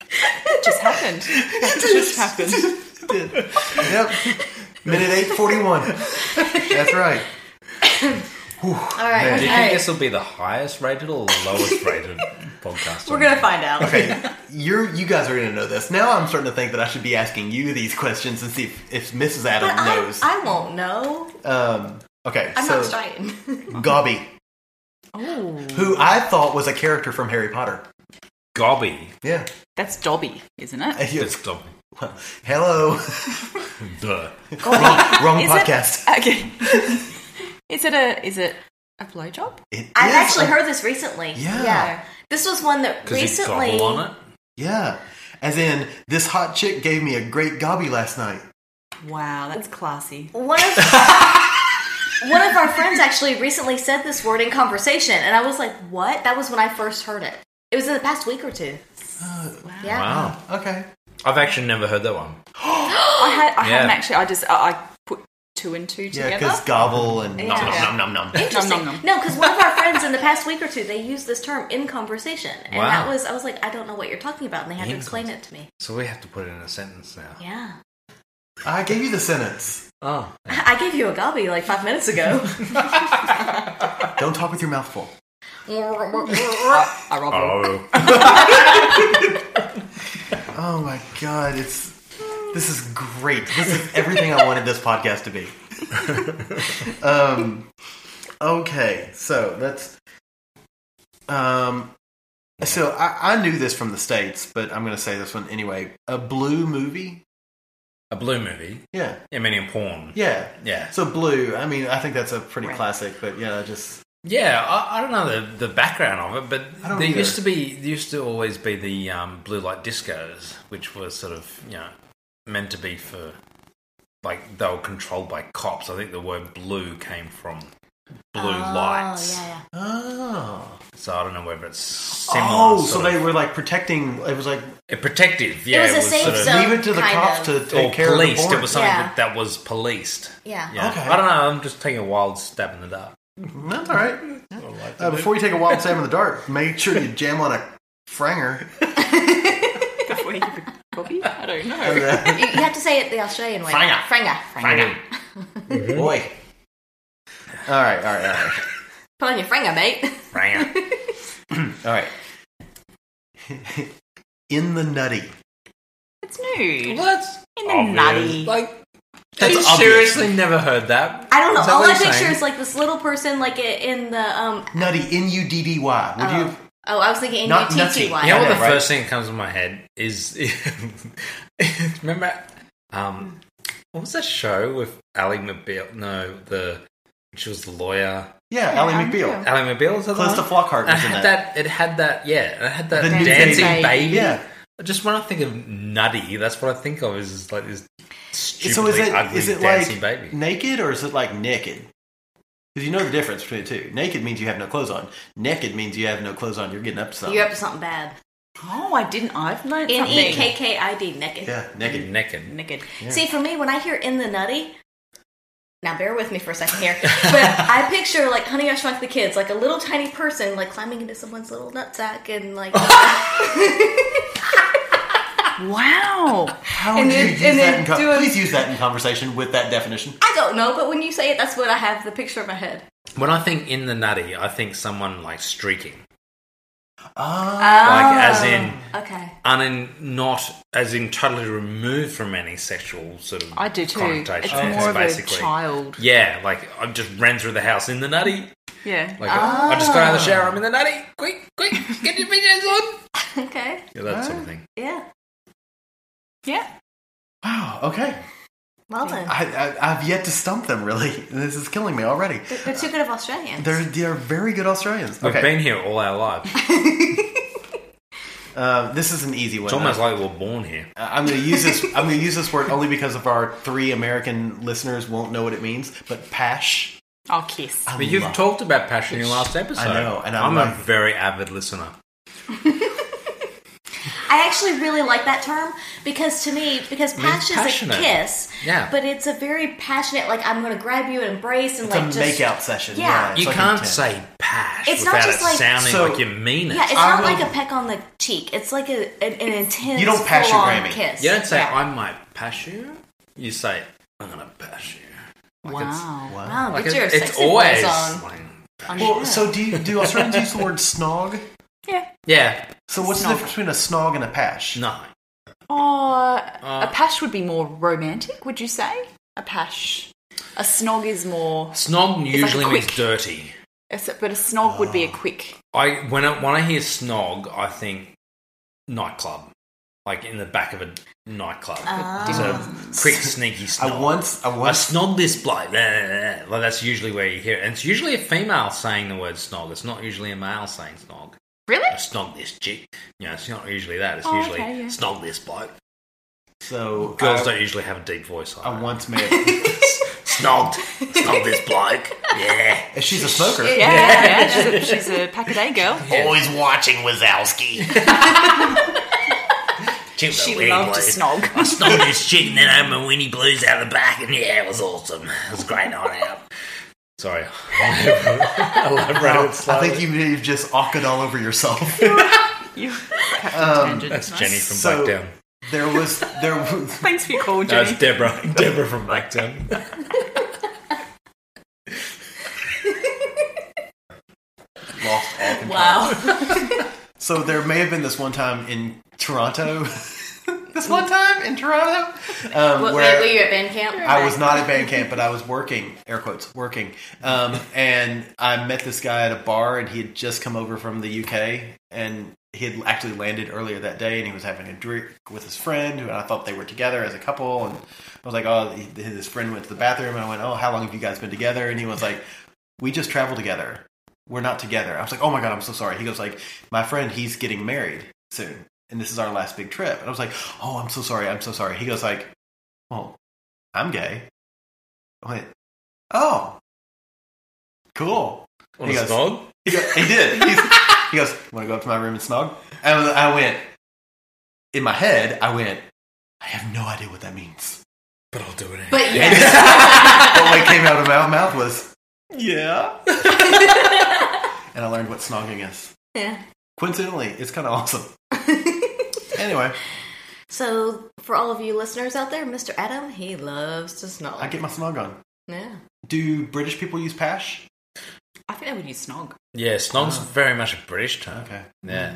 Speaker 8: It just happened. That just happened.
Speaker 5: yep. Minute 841. That's right.
Speaker 7: All right.
Speaker 6: Do you
Speaker 7: All
Speaker 6: think
Speaker 7: right.
Speaker 6: this will be the highest rated or lowest
Speaker 7: <laughs>
Speaker 6: rated podcast?
Speaker 7: We're
Speaker 6: on
Speaker 7: gonna find out.
Speaker 5: Okay, you're you guys are gonna know this. Now I'm starting to think that I should be asking you these questions and see if, if Mrs. Adam
Speaker 7: But I,
Speaker 5: knows.
Speaker 7: I won't know.
Speaker 5: um, okay,
Speaker 7: I'm
Speaker 5: so
Speaker 7: not Australian.
Speaker 5: Gobby,
Speaker 8: Oh.
Speaker 5: who I thought was a character from Harry Potter.
Speaker 6: Gobby.
Speaker 5: Yeah. <laughs>
Speaker 8: That's Dobby, isn't it?
Speaker 6: It's Dobby.
Speaker 5: Hello.
Speaker 6: Duh.
Speaker 5: wrong wrong
Speaker 8: Is it-
Speaker 5: podcast.
Speaker 8: Okay. <laughs> is it a is it a blowjob?
Speaker 5: It
Speaker 7: I've
Speaker 5: is
Speaker 7: actually
Speaker 5: a-
Speaker 7: heard this recently.
Speaker 5: Yeah.
Speaker 7: This was one that
Speaker 6: Because you
Speaker 7: recently.
Speaker 6: gobble on it.
Speaker 5: Yeah. As in, this hot chick gave me a great gobby last night.
Speaker 6: <laughs>
Speaker 8: Wow, that's classy.
Speaker 7: One of One of our friends actually recently said this word in conversation, and I was like, "What?" That was when I first heard it. It was in the past week or two.
Speaker 5: uh-uh.
Speaker 7: yeah.
Speaker 6: Wow.
Speaker 5: Okay.
Speaker 6: I've actually never heard that one.
Speaker 8: I had, I
Speaker 6: Yeah.
Speaker 8: haven't actually. I just, I, I put two and two
Speaker 5: Yeah,
Speaker 8: together.
Speaker 5: because gobble and nom
Speaker 7: Yeah.
Speaker 5: nom nom nom nom.
Speaker 7: Interesting.
Speaker 8: Nom, nom, nom.
Speaker 7: No, because one of
Speaker 6: <laughs>
Speaker 7: our friends in the past week or two, they used this term in conversation, and
Speaker 6: Wow.
Speaker 7: that was I was like, I don't know what you're talking about, and they had to
Speaker 6: In
Speaker 7: explain it to me.
Speaker 6: So we have to put it in a sentence now.
Speaker 7: Yeah, <laughs>
Speaker 5: I gave you the sentence.
Speaker 6: Oh.
Speaker 7: I I gave you a gobby like five minutes
Speaker 6: <laughs>
Speaker 7: ago.
Speaker 6: Oh.
Speaker 5: <laughs> Don't talk with your mouth full.
Speaker 8: I, I robbed her.
Speaker 6: Oh.
Speaker 5: Oh my god, it's this is great. This is everything I wanted this podcast to be. <laughs> um, okay, so that's um, so I, I knew this from the states, but I'm going to say this one anyway. A blue movie,
Speaker 6: A blue movie.
Speaker 5: yeah,
Speaker 6: Yeah, meaning porn.
Speaker 5: yeah,
Speaker 6: Yeah.
Speaker 5: So blue. I mean, I think that's a pretty classic, but yeah, I just
Speaker 6: Yeah, I, I don't know the, the background of it,
Speaker 5: I
Speaker 6: but
Speaker 5: don't
Speaker 6: there
Speaker 5: either.
Speaker 6: used to be there used to always be the um, blue light discos, which was sort of you know meant to be for like they were controlled by cops. I think the word blue came from blue lights,
Speaker 7: Oh, Yeah, yeah.
Speaker 5: oh,
Speaker 6: so I don't know whether it's similar.
Speaker 5: oh,
Speaker 6: sort
Speaker 5: so they
Speaker 6: of-
Speaker 5: were like protecting. It was like
Speaker 6: eh, protective. Yeah,
Speaker 7: was a safe
Speaker 6: sort of-
Speaker 7: zone.
Speaker 5: leave it to the
Speaker 7: kind
Speaker 5: cops
Speaker 7: of.
Speaker 5: to take
Speaker 6: or
Speaker 5: care
Speaker 6: policed.
Speaker 5: of the
Speaker 6: it was
Speaker 5: porn.
Speaker 6: something
Speaker 7: Yeah.
Speaker 6: that, that was policed.
Speaker 7: Yeah.
Speaker 6: Yeah,
Speaker 5: Okay.
Speaker 6: I don't know. I'm just taking a wild stab in the dark.
Speaker 5: That's all right. Uh, before you take a wild stab in the dark, make sure you jam on a <laughs> franger.
Speaker 8: Where you could copy? I don't know.
Speaker 5: Boy.
Speaker 7: You, you have to say it the Australian way.
Speaker 6: Franga.
Speaker 7: Franga. Franga.
Speaker 5: All right, all right, all right,
Speaker 7: Put on your franga, mate. <laughs>
Speaker 6: Franga. <clears throat>
Speaker 5: all right. in the nutty.
Speaker 8: It's nude.
Speaker 6: what?
Speaker 8: In the nutty.
Speaker 6: Like,
Speaker 5: That's
Speaker 6: you
Speaker 5: obvious.
Speaker 6: seriously never heard that?
Speaker 7: I don't know.
Speaker 6: Is that
Speaker 7: All
Speaker 6: what
Speaker 7: I
Speaker 6: you're
Speaker 7: picture
Speaker 6: saying?
Speaker 7: is like this little person, like i- in the um.
Speaker 5: Nutty, N U D D Y. Would you?
Speaker 7: Oh, I was thinking in
Speaker 5: Not
Speaker 7: UTTY.
Speaker 5: nutty.
Speaker 6: You know
Speaker 5: I
Speaker 6: what
Speaker 5: know,
Speaker 6: the
Speaker 5: right?
Speaker 6: first thing that comes to my head is <laughs> remember um what was that show with Ali McBeal? No, the she was the lawyer.
Speaker 5: Yeah, Ally McBeal.
Speaker 6: Ali McBeal is that the
Speaker 5: Close to
Speaker 6: one?
Speaker 5: Flockhart
Speaker 6: <laughs> And
Speaker 5: was
Speaker 6: It
Speaker 5: in
Speaker 6: had
Speaker 5: that.
Speaker 6: Uh, that. It had that. Yeah, and it had that
Speaker 5: The new
Speaker 6: dancing
Speaker 5: baby.
Speaker 6: baby.
Speaker 5: Yeah.
Speaker 6: Just when I think of nutty, that's what I think of is just like this stupidly
Speaker 5: So is it
Speaker 6: ugly
Speaker 5: is it
Speaker 6: dancing
Speaker 5: like
Speaker 6: baby.
Speaker 5: naked or is it like naked? Because you know the difference between the two. Naked means you have no clothes on. Naked means you have no clothes on. You're getting up to something.
Speaker 7: You're up to something bad.
Speaker 8: Oh, I didn't. I've learned
Speaker 7: N
Speaker 8: something.
Speaker 7: e k k i d naked.
Speaker 5: Yeah, naked.
Speaker 6: Naked.
Speaker 8: Naked.
Speaker 7: See, for me, when I hear "in the nutty," now bear with me for a second
Speaker 6: <laughs>
Speaker 7: here, but I picture like "Honey, I Shrunk the Kids," like a little tiny person like climbing into someone's little nutsack and
Speaker 6: <laughs>
Speaker 7: like,
Speaker 8: Wow.
Speaker 5: How
Speaker 8: And
Speaker 5: do
Speaker 8: then-
Speaker 5: you use
Speaker 8: and
Speaker 5: that
Speaker 8: then
Speaker 5: in con-
Speaker 8: do a-
Speaker 5: Please use that in conversation with that definition.
Speaker 7: I don't know, but when you say it, that's what I have the picture in my head.
Speaker 6: When I think in the nutty, I think someone like streaking,
Speaker 5: Ah,
Speaker 6: like as in
Speaker 7: Oh, Okay, <laughs>
Speaker 6: and in not as in totally removed from any sexual sort of
Speaker 8: I do too.
Speaker 6: connotation.
Speaker 8: It's
Speaker 6: It's
Speaker 8: more of a
Speaker 6: basically
Speaker 8: child.
Speaker 6: yeah, like I just ran through the house in the nutty.
Speaker 8: Yeah.
Speaker 6: Like I just
Speaker 8: Ah.
Speaker 6: got out of
Speaker 5: Ah.
Speaker 6: the shower. I'm in the nutty. Quick, quick, get your pajamas on.
Speaker 7: okay,
Speaker 6: Yeah, that
Speaker 5: Oh.
Speaker 6: sort of thing.
Speaker 7: yeah.
Speaker 8: Yeah.
Speaker 5: wow. Okay,
Speaker 7: Well then,
Speaker 5: I, I, I've yet to stump them. Really, this is killing me already.
Speaker 7: they're, they're too good of Australians.
Speaker 5: They're they are very good Australians.
Speaker 6: We've
Speaker 5: Okay,
Speaker 6: been here all our lives.
Speaker 5: uh, this is an easy one.
Speaker 6: It's almost like we were born here.
Speaker 5: I- I'm going to use this. I'm going to use this word only because of our three American listeners won't know what it means. But pash.
Speaker 8: I'll kiss.
Speaker 5: I
Speaker 6: But you've
Speaker 5: love-
Speaker 6: talked about passion in your last episode.
Speaker 5: I know, and I
Speaker 6: am
Speaker 5: love
Speaker 6: a
Speaker 5: it.
Speaker 6: very avid listener.
Speaker 7: I actually really like that term because to me, because
Speaker 6: means
Speaker 7: pash is a
Speaker 6: passionate.
Speaker 7: kiss,
Speaker 6: Yeah.
Speaker 7: but it's a very passionate. Like I'm going to grab you and embrace and
Speaker 5: It's
Speaker 7: like
Speaker 5: a
Speaker 7: just
Speaker 5: makeout session.
Speaker 7: Yeah.
Speaker 5: it's
Speaker 6: you
Speaker 5: like
Speaker 6: can't
Speaker 5: intense.
Speaker 6: say pash
Speaker 7: It's not
Speaker 6: without
Speaker 7: just
Speaker 6: it
Speaker 7: like-
Speaker 6: sounding
Speaker 5: So-
Speaker 6: like you mean it.
Speaker 7: Yeah, it's
Speaker 5: I
Speaker 7: not
Speaker 5: will-
Speaker 7: like a peck on the cheek. It's like a an, an intense.
Speaker 5: You don't pass your
Speaker 7: full-on
Speaker 5: Grammy.
Speaker 7: kiss.
Speaker 6: you don't say
Speaker 7: Yeah.
Speaker 6: I might pash you. You say I'm gonna pash you. Like it's-
Speaker 8: Wow.
Speaker 7: Wow,
Speaker 6: "Oh, Like
Speaker 7: get
Speaker 6: it-
Speaker 7: your
Speaker 6: it's
Speaker 7: sexy
Speaker 6: always
Speaker 7: voice on.
Speaker 6: like-
Speaker 5: Well, so do you, do Australians use the word snog?
Speaker 6: yeah,
Speaker 5: So what's the difference between a snog and a pash?
Speaker 6: no.
Speaker 8: Oh,
Speaker 6: Uh.
Speaker 8: a pash would be more romantic, would you say? A pash. A snog is more.
Speaker 6: Snog
Speaker 8: a
Speaker 6: usually means
Speaker 8: quick-
Speaker 6: dirty.
Speaker 8: it's a- But a snog would
Speaker 6: Ah.
Speaker 8: be a quick.
Speaker 6: I when I when I hear snog, I think nightclub, like in the back of a nightclub.
Speaker 7: Ah.
Speaker 5: <laughs>
Speaker 6: So quick, sneaky
Speaker 5: I
Speaker 6: snog.
Speaker 5: once, I
Speaker 6: I
Speaker 5: once
Speaker 6: snog this bloke. Blah, blah, blah. Like that's usually where you hear it. And it's usually a female saying the word snog. It's not usually a male saying snog.
Speaker 8: Really?
Speaker 6: I snog this chick. You know, it's not usually that. It's
Speaker 8: Oh,
Speaker 6: usually
Speaker 8: okay, yeah.
Speaker 6: snog this bloke.
Speaker 5: so
Speaker 6: Girls
Speaker 5: I,
Speaker 6: don't usually have a deep voice. Like
Speaker 5: I
Speaker 6: that.
Speaker 5: once made.
Speaker 6: <laughs> Snogged. Snogged this bloke.
Speaker 5: <laughs>
Speaker 6: Yeah.
Speaker 5: And she's a smoker.
Speaker 8: Yeah, yeah, she's a, she's a pack a day girl.
Speaker 6: Always
Speaker 5: watching
Speaker 6: <laughs>
Speaker 5: Wazowski. <laughs>
Speaker 8: She loved
Speaker 6: <laughs>
Speaker 8: to snog.
Speaker 6: I stole this chick and then I had my Winnie Blues out of the back, and yeah, it was awesome. It was a great night out. <laughs> Sorry. I elaborated
Speaker 5: I
Speaker 6: slowly.
Speaker 5: think you may have just awked all over yourself.
Speaker 8: You
Speaker 6: That's Jenny from
Speaker 5: so-
Speaker 6: Blacktown.
Speaker 5: There was there <laughs> was
Speaker 8: Thanks for your call,
Speaker 6: No, it's
Speaker 8: Jenny.
Speaker 6: Deborah. <laughs> Deborah from Blacktown.
Speaker 5: lost all control.
Speaker 8: Wow.
Speaker 5: <laughs> So there may have been this one time in Toronto. <laughs> this one time in Toronto, um,
Speaker 7: What,
Speaker 5: where
Speaker 7: were you at band camp?
Speaker 5: I was not at band camp, but I was working, air quotes, working. Um, and I met this guy at a bar, and he had just come over from the UK, and he had actually landed earlier that day, and he was having a drink with his friend, who I thought they were together as a couple. And I was like, oh, he- his friend went to the bathroom, and I went, oh, how long have you guys been together? And he was like, we just travel together. We're not together. I was like, oh my god, I'm so sorry. He goes like, my friend, he's getting married soon, and this is our last big trip. And I was like, oh, I'm so sorry. I'm so sorry. He goes like, well, I'm gay. I went, oh, cool.
Speaker 6: On
Speaker 5: He
Speaker 6: a
Speaker 5: goes-
Speaker 6: snog?
Speaker 5: He, go- he did. He's, he goes, want to go up to my room and snog? And I was- I went, in my head, I went, I have no idea what that means.
Speaker 6: But I'll do it anyway.
Speaker 7: But yeah,
Speaker 5: <laughs> But what came out of my mouth was, yeah. and I learned what snogging is.
Speaker 7: Yeah.
Speaker 5: Coincidentally, it's kind of awesome. Anyway,
Speaker 7: <laughs> so for all of you listeners out there, Mr. Adam, he loves to snog.
Speaker 5: I get my snog on.
Speaker 7: yeah.
Speaker 5: Do British people use pash?
Speaker 8: I think they would use snog.
Speaker 6: Yeah, snog's very much a British term.
Speaker 5: Okay.
Speaker 6: Yeah.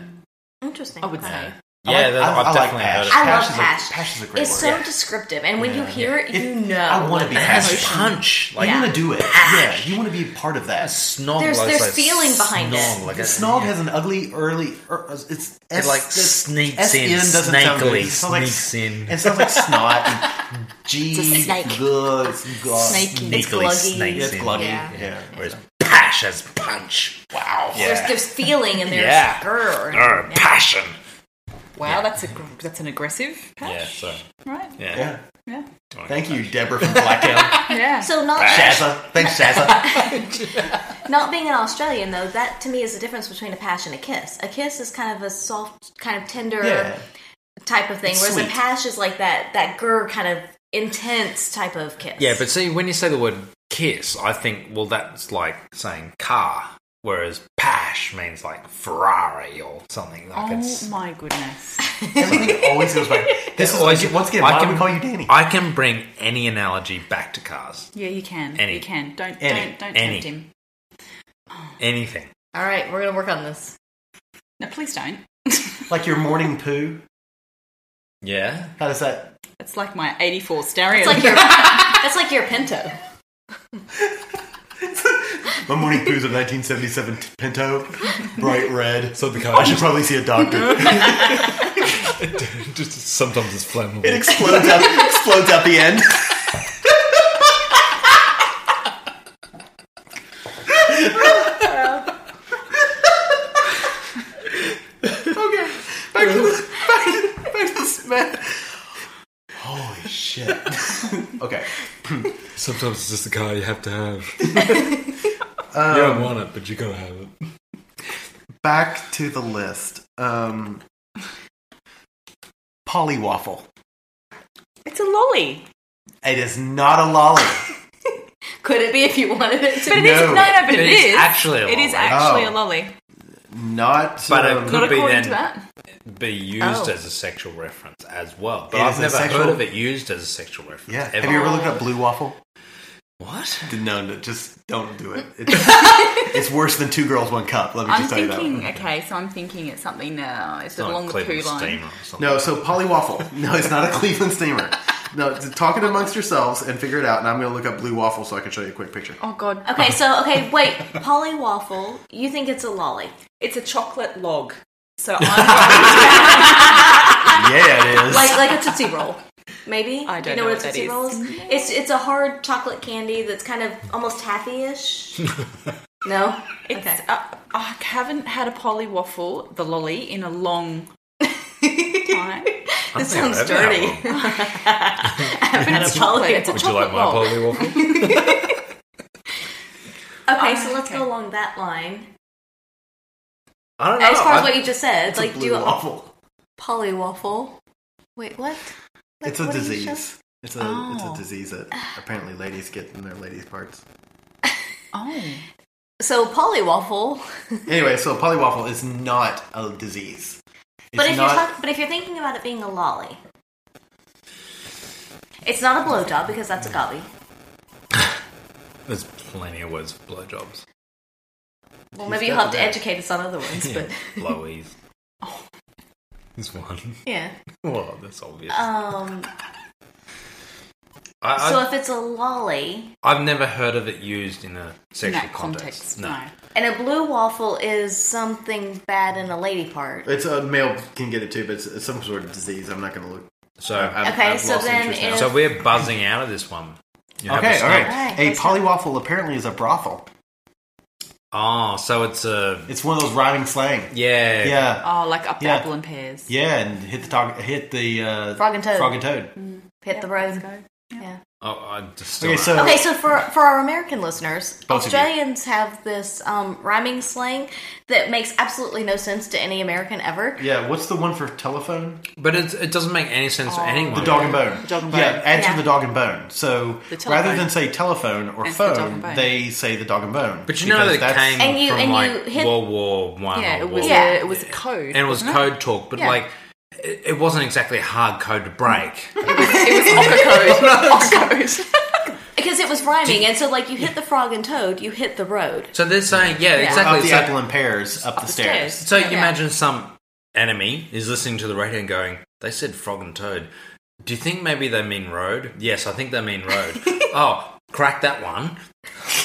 Speaker 7: Interesting.
Speaker 8: I would
Speaker 7: Okay.
Speaker 8: say.
Speaker 6: Yeah, that, I've definitely
Speaker 5: pash.
Speaker 6: heard it.
Speaker 7: I love
Speaker 5: is a-
Speaker 7: pash.
Speaker 5: pash is a great
Speaker 7: It's
Speaker 5: word.
Speaker 7: so descriptive, and when you hear it,
Speaker 5: It-
Speaker 7: you know. <laughs>
Speaker 5: I want to be
Speaker 6: It has
Speaker 5: passionate.
Speaker 6: punch. Like,
Speaker 5: Like you
Speaker 6: yeah.
Speaker 5: want to do it. Yeah, you want to be a part of that.
Speaker 6: snog
Speaker 7: There's-
Speaker 6: like,
Speaker 7: there's
Speaker 6: like
Speaker 7: feeling behind it.
Speaker 6: snog, Like a,
Speaker 5: The snog
Speaker 6: yeah.
Speaker 5: has an ugly early. Er, it's
Speaker 6: It like
Speaker 5: S-
Speaker 6: sneaks
Speaker 5: SN
Speaker 6: in,
Speaker 5: doesn't sound good.
Speaker 6: snakily
Speaker 5: It sounds like
Speaker 6: sneaks in.
Speaker 5: It sounds like snot.
Speaker 2: <laughs>
Speaker 5: And G.
Speaker 2: It's a snake.
Speaker 5: Good. God.
Speaker 2: Snakey.
Speaker 7: It's
Speaker 6: Sneakily
Speaker 7: gluggy.
Speaker 6: snakes
Speaker 5: It's
Speaker 6: in.
Speaker 5: gluggy.
Speaker 7: Yeah.
Speaker 5: Yeah.
Speaker 6: Whereas pash has punch. Wow.
Speaker 7: There's,
Speaker 6: Yeah.
Speaker 7: there's feeling and there's
Speaker 5: <laughs>
Speaker 6: Yeah.
Speaker 7: grr.
Speaker 5: Oh,
Speaker 6: Grr, passion.
Speaker 8: Wow, that's a gr- that's an aggressive
Speaker 6: Yeah,
Speaker 8: patch,
Speaker 6: so.
Speaker 8: right?
Speaker 6: Yeah.
Speaker 5: Yeah.
Speaker 8: Yeah.
Speaker 6: Oh,
Speaker 5: Thank you, Deborah from
Speaker 6: <laughs>
Speaker 5: Blackout.
Speaker 8: Yeah.
Speaker 7: So not
Speaker 5: Shazza. Thanks,
Speaker 2: <laughs>
Speaker 5: Shazza.
Speaker 7: not being an Australian though, that to me is the difference between a pash and a kiss. A kiss is kind of a soft, kind of tender
Speaker 5: Yeah.
Speaker 7: type of thing,
Speaker 5: It's
Speaker 7: whereas a
Speaker 5: sweet.
Speaker 7: pash is like that that grr kind of intense type of kiss.
Speaker 6: Yeah, but see, when you say the word kiss, I think, well, that's like saying car, whereas pash means like Ferrari or something. Like
Speaker 8: Oh
Speaker 6: it's.
Speaker 8: my goodness.
Speaker 5: Everything always goes back. This is
Speaker 6: Always-
Speaker 5: always, once again.
Speaker 6: I
Speaker 5: Why
Speaker 6: can-
Speaker 5: can we call you Danny?
Speaker 6: I can bring any analogy back to cars.
Speaker 8: Yeah, you can.
Speaker 6: Any.
Speaker 8: You can. Don't
Speaker 6: Any.
Speaker 8: don't don't
Speaker 6: Any.
Speaker 8: tempt him.
Speaker 6: Anything.
Speaker 7: All right, we're gonna work on this.
Speaker 8: No, please don't.
Speaker 5: Like your morning poo.
Speaker 6: Yeah.
Speaker 5: How does that?
Speaker 8: It's like my 84 stereo. <laughs>
Speaker 7: It's like
Speaker 5: <laughs>
Speaker 7: your that's like your Pinto.
Speaker 5: My morning poo's a 1977 Pinto, bright red. So the I should probably see a <laughs> doctor.
Speaker 6: Just sometimes it's flammable.
Speaker 5: It explodes <laughs> out, explodes out the end. okay, back to the back to, back to this man. Holy shit! okay,
Speaker 6: Sometimes it's just the car you have to have. you don't want it, but you gotta have it.
Speaker 5: back to the list. Um, polywaffle.
Speaker 8: it's a lolly.
Speaker 5: It is not a lolly.
Speaker 7: Could it be if you wanted it to?
Speaker 8: But it is
Speaker 5: No.
Speaker 8: no, no, but
Speaker 6: It
Speaker 8: it
Speaker 6: is
Speaker 8: is.
Speaker 6: actually a
Speaker 8: It is
Speaker 6: lolly.
Speaker 8: actually
Speaker 5: Oh.
Speaker 8: a lolly.
Speaker 5: Not,
Speaker 6: But it
Speaker 5: um,
Speaker 6: could
Speaker 8: Not
Speaker 6: be
Speaker 8: according
Speaker 6: then-
Speaker 8: to that.
Speaker 6: Be used
Speaker 7: Oh.
Speaker 6: as a sexual reference as well. But
Speaker 5: It
Speaker 6: I've
Speaker 5: is a
Speaker 6: never heard
Speaker 5: sexual-
Speaker 6: of it used as a sexual reference.
Speaker 5: Yeah.
Speaker 6: Ever.
Speaker 5: Have you ever looked up blue waffle?
Speaker 6: What?
Speaker 5: No, no, just
Speaker 7: <laughs>
Speaker 5: don't do it. It's, it's worse than two girls, one cup. Let me
Speaker 8: I'm
Speaker 5: just tell you
Speaker 8: thinking,
Speaker 5: that.
Speaker 8: okay, so I'm thinking it's something now. Is it
Speaker 6: Not a
Speaker 8: along the poo
Speaker 6: Cleveland
Speaker 8: line?
Speaker 6: steamer or something.
Speaker 7: <laughs>
Speaker 5: No, so polywaffle. No, it's not a Cleveland steamer. No, it's- talk it amongst yourselves and figure it out. And I'm going to look up blue waffle so I can show you a quick picture.
Speaker 8: Oh, God.
Speaker 7: Okay, so okay, wait, Polly waffle. You think it's a lolly?
Speaker 8: It's a chocolate log. So I'm
Speaker 5: Yeah, it is.
Speaker 7: like like a tootsie roll, maybe.
Speaker 8: I
Speaker 7: you
Speaker 8: don't
Speaker 7: know,
Speaker 8: know
Speaker 7: what a
Speaker 8: what that
Speaker 7: tootsie
Speaker 8: is.
Speaker 7: roll is. It's it's a hard chocolate candy that's kind of almost
Speaker 8: <laughs>
Speaker 7: taffy-ish. no,
Speaker 8: It's,
Speaker 7: okay.
Speaker 8: uh, I haven't had a polly waffle, the lolly, in a long time.
Speaker 6: I
Speaker 7: This
Speaker 6: think
Speaker 7: sounds
Speaker 6: I've had
Speaker 7: dirty.
Speaker 6: one.
Speaker 7: I've <laughs> had a poly.
Speaker 8: chocolate.
Speaker 7: Okay,
Speaker 6: Would you like my
Speaker 8: Chocolate
Speaker 7: <laughs>
Speaker 6: poly waffle?
Speaker 7: so let's
Speaker 8: okay.
Speaker 7: go along that line.
Speaker 6: I don't know.
Speaker 7: As far as
Speaker 6: I-
Speaker 7: what you just said,
Speaker 5: It's
Speaker 7: like
Speaker 5: a
Speaker 7: do
Speaker 5: blue
Speaker 7: a
Speaker 5: waffle.
Speaker 7: poly waffle. Wait, what? Like,
Speaker 5: It's a
Speaker 7: what did you just-
Speaker 5: disease. It's a it's
Speaker 8: Oh.
Speaker 5: a
Speaker 7: <sighs>
Speaker 5: disease that apparently ladies get in their ladies' parts.
Speaker 8: Oh.
Speaker 7: So poly waffle.
Speaker 5: Anyway, so polywaffle is not a disease. It's
Speaker 7: But if
Speaker 5: not,
Speaker 7: you're talk- but if you're thinking about it being a lolly, it's not a blowjob because that's a gobby.
Speaker 6: There's plenty of words for blowjobs.
Speaker 7: Well,
Speaker 5: He's
Speaker 7: maybe you'll
Speaker 5: got
Speaker 7: have to
Speaker 5: that.
Speaker 7: educate us on other ones,
Speaker 6: Yeah,
Speaker 5: <laughs>
Speaker 7: but
Speaker 6: <laughs> blowies. There's one.
Speaker 7: <laughs> yeah.
Speaker 6: Well, that's obvious.
Speaker 7: Um,
Speaker 6: I,
Speaker 5: Uh,
Speaker 6: I,
Speaker 7: so if it's a lolly,
Speaker 6: I've never heard of it used in a
Speaker 8: In
Speaker 6: sexual
Speaker 8: that context, no.
Speaker 7: and a blue waffle is something bad in a lady part.
Speaker 5: It's a male can get it too, but it's, it's some sort of disease. I'm not going to look.
Speaker 6: So,
Speaker 5: I've,
Speaker 7: Okay,
Speaker 5: I've
Speaker 7: so
Speaker 5: lost
Speaker 7: then
Speaker 5: interest now.
Speaker 7: if-
Speaker 6: so we're buzzing out of this one. You have
Speaker 5: okay,
Speaker 6: a
Speaker 5: all right.
Speaker 6: snake.
Speaker 7: Alright,
Speaker 5: A
Speaker 7: let's go.
Speaker 5: polywaffle apparently is a brothel.
Speaker 6: Oh, so it's a
Speaker 5: It's one of those rhyming slang.
Speaker 6: yeah.
Speaker 5: Yeah,
Speaker 8: Oh, like up the
Speaker 5: Yeah.
Speaker 8: apple and pears.
Speaker 5: yeah, and hit the dog, hit the uh,
Speaker 7: Frog and toad.
Speaker 5: Frog and toad.
Speaker 7: Hit the road.
Speaker 6: Oh, I just
Speaker 5: Okay, so
Speaker 7: Okay, so for for our American listeners,
Speaker 5: Both of you.
Speaker 7: Australians have this um, rhyming slang that makes absolutely no sense to any American ever.
Speaker 5: yeah, what's the one for telephone?
Speaker 6: but it, it doesn't make any sense
Speaker 7: Oh.
Speaker 6: to anyone.
Speaker 5: The dog and bone.
Speaker 8: The dog and
Speaker 5: Yeah,
Speaker 8: bone.
Speaker 5: add
Speaker 7: Yeah.
Speaker 5: to the dog and bone. So
Speaker 8: The telephone.
Speaker 5: rather than say telephone or
Speaker 8: It's the dog
Speaker 5: phone,
Speaker 8: and bone.
Speaker 5: they say the dog and bone.
Speaker 6: But you know that
Speaker 5: because
Speaker 6: it
Speaker 5: that's-
Speaker 6: came
Speaker 7: And you-
Speaker 6: from
Speaker 7: and
Speaker 6: like
Speaker 7: you hit-
Speaker 6: World War One.
Speaker 8: Yeah,
Speaker 6: or
Speaker 8: it
Speaker 6: World
Speaker 8: was
Speaker 6: War-
Speaker 8: a it was a code.
Speaker 6: Oh, and it was
Speaker 8: wasn't
Speaker 6: code talk, but
Speaker 8: Yeah.
Speaker 6: like it, it wasn't exactly a hard code to break.
Speaker 8: It was Ocker code. Ocker code.
Speaker 7: Because it was rhyming, and so like you hit the frog and toad, you hit the road.
Speaker 6: so they're saying, yeah,
Speaker 5: up
Speaker 6: exactly.
Speaker 5: the
Speaker 6: So,
Speaker 5: apple and pears up, the stairs.
Speaker 6: so you
Speaker 7: Yeah.
Speaker 6: imagine some enemy is listening to the radio and going, "They said frog and toad. Do you think maybe they mean road? Yes, I think they mean road. oh, crack that one.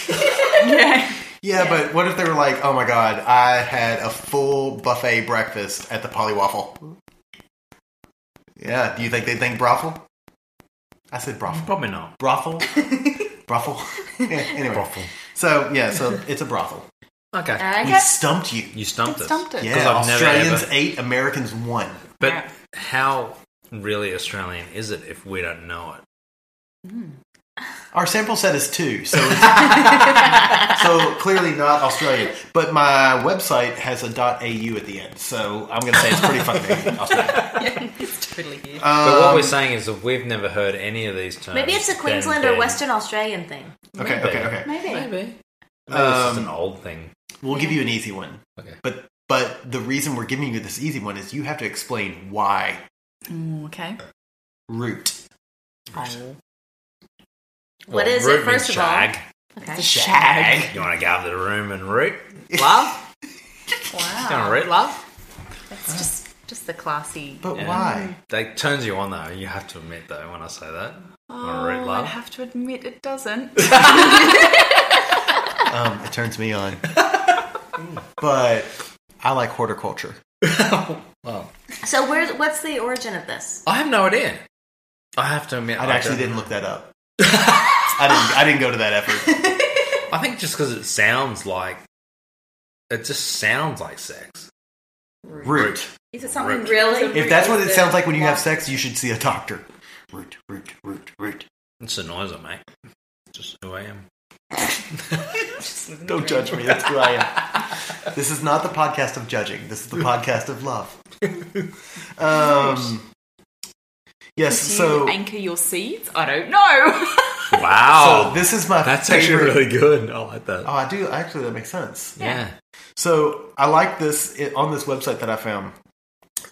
Speaker 8: Yeah.
Speaker 5: Yeah, but what if they were like, "Oh my god, I had a full buffet breakfast at the Polywaffle." Yeah, do you think they think brothel? I said brothel.
Speaker 6: Probably not.
Speaker 5: Brothel. <laughs> brothel. Yeah, anyway,
Speaker 6: Brothel.
Speaker 5: So yeah, so it's a brothel.
Speaker 6: Okay,
Speaker 7: I
Speaker 5: We
Speaker 7: guess
Speaker 5: Uh, stumped you.
Speaker 6: you stumped us.
Speaker 5: <laughs>
Speaker 8: Stumped it.
Speaker 5: Yeah,
Speaker 6: I've never
Speaker 5: Australians
Speaker 6: ever-
Speaker 5: eight, Americans one.
Speaker 6: But
Speaker 8: Yeah.
Speaker 6: how really Australian is it if we don't know it?
Speaker 5: Our sample set is two, so it's, so clearly not Australian. But my website has a .au at the end, so I'm going to say it's pretty
Speaker 6: <laughs>
Speaker 5: fucking Australian.
Speaker 8: Totally here.
Speaker 6: But what
Speaker 5: Um,
Speaker 6: we're saying is that we've never heard any of these terms.
Speaker 7: maybe it's a
Speaker 6: Uh, then-
Speaker 7: Queensland
Speaker 6: then-
Speaker 7: or Western Australian thing.
Speaker 5: okay,
Speaker 6: Maybe.
Speaker 5: okay, okay.
Speaker 8: Maybe.
Speaker 6: Maybe. Maybe it's just
Speaker 5: Um,
Speaker 6: an old thing.
Speaker 5: We'll give you an easy one.
Speaker 6: Okay.
Speaker 5: But but the reason we're giving you this easy one is you have to explain why
Speaker 8: Mm, okay.
Speaker 5: root.
Speaker 7: What
Speaker 6: Oh. Well,
Speaker 7: is
Speaker 6: root
Speaker 7: it,
Speaker 6: means
Speaker 7: first of all?
Speaker 6: shag.
Speaker 7: Okay.
Speaker 8: Shag.
Speaker 6: You want to go up to the room and root? Love? you
Speaker 7: Oh.
Speaker 6: want to root, love?
Speaker 8: It's just just the classy.
Speaker 5: But
Speaker 6: Yeah. <laughs>
Speaker 5: why?
Speaker 6: That turns you on, though. You have to admit, though, when I say
Speaker 5: <laughs>
Speaker 6: that.
Speaker 8: Oh,
Speaker 6: Alright, love.
Speaker 8: I have to admit it doesn't.
Speaker 5: Um, it turns me
Speaker 6: <laughs>
Speaker 5: on. but I like horticulture.
Speaker 6: Well,
Speaker 7: So where's what's the origin of this?
Speaker 6: I have no idea. I have to admit, uh,
Speaker 5: I
Speaker 6: I
Speaker 5: actually
Speaker 6: don't-
Speaker 5: didn't look that up.
Speaker 6: <laughs>
Speaker 5: I didn't. I didn't go to that effort.
Speaker 6: I think just because it sounds like. It just sounds like sex.
Speaker 5: Root.
Speaker 9: Is it something
Speaker 6: <laughs> Root.
Speaker 9: really?
Speaker 5: If that's what it sounds like when you have
Speaker 7: <laughs>
Speaker 5: sex, you should see a doctor. Root. Root. Root. Root.
Speaker 6: It's the noise I make. Just who I am.
Speaker 5: <laughs> Don't judge me. That's who I am. This is not the podcast of judging. This is the podcast of love. Um, yes.
Speaker 8: Do you
Speaker 5: So
Speaker 8: anchor your seeds? I don't know. <laughs>
Speaker 6: Wow.
Speaker 5: <laughs> So this is my
Speaker 6: Oh, That's
Speaker 5: favorite.
Speaker 6: actually really good. I like that.
Speaker 5: oh, I do actually. That makes sense.
Speaker 6: yeah.
Speaker 5: So I like this it, on this website that I found.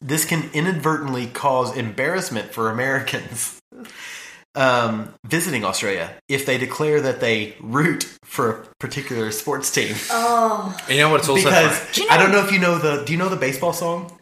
Speaker 5: This can inadvertently cause embarrassment for Americans um, visiting Australia if they declare that they root for a particular sports team.
Speaker 7: Oh,
Speaker 6: You know what? It's also
Speaker 5: because
Speaker 6: fun-
Speaker 5: I don't know if you know the. Do you know the baseball song?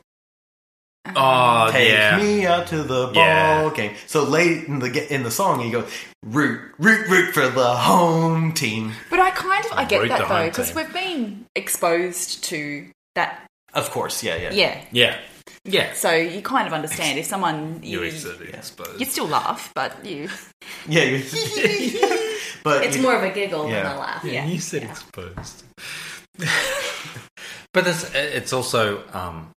Speaker 6: Oh
Speaker 5: Take
Speaker 6: yeah.
Speaker 5: me out to the ball
Speaker 6: Yeah.
Speaker 5: game. So late in the ge- in the song, you go root, root, root for the home team.
Speaker 8: But I kind of I
Speaker 6: Root
Speaker 8: get
Speaker 6: the
Speaker 8: that though
Speaker 6: home
Speaker 8: because
Speaker 6: team.
Speaker 8: we've been exposed to that.
Speaker 5: Of course, yeah, yeah.
Speaker 8: Yeah.
Speaker 6: Yeah. Yeah.
Speaker 8: So you kind of understand if someone
Speaker 6: You
Speaker 8: you,
Speaker 6: exit exposed.
Speaker 8: you still laugh, but you
Speaker 5: Yeah, you- <laughs> but
Speaker 7: it's
Speaker 5: you-
Speaker 7: more of a giggle than
Speaker 5: Yeah.
Speaker 7: a laugh.
Speaker 6: yeah. You said exposed. but it's it's also um.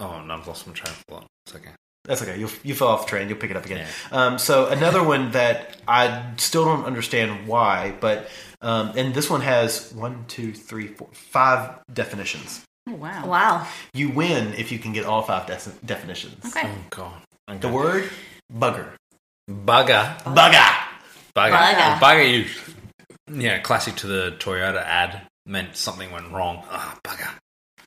Speaker 6: Oh no, I've lost my train of thought. It's okay.
Speaker 5: That's okay. You'll you fell off the train. You'll pick it up again. Um, so another one that I still don't understand why, but um, and this one has one, two, three, four, five definitions.
Speaker 8: Oh, wow.
Speaker 7: Wow.
Speaker 5: You win if you can get all five des- definitions.
Speaker 8: Okay.
Speaker 6: Oh, God. Okay.
Speaker 5: The word bugger.
Speaker 6: Bugger.
Speaker 5: Bugger.
Speaker 6: Bugger.
Speaker 7: Bugger.
Speaker 6: Bugger. you. Yeah, classic to the Toyota ad meant something went wrong. Ah, bugger.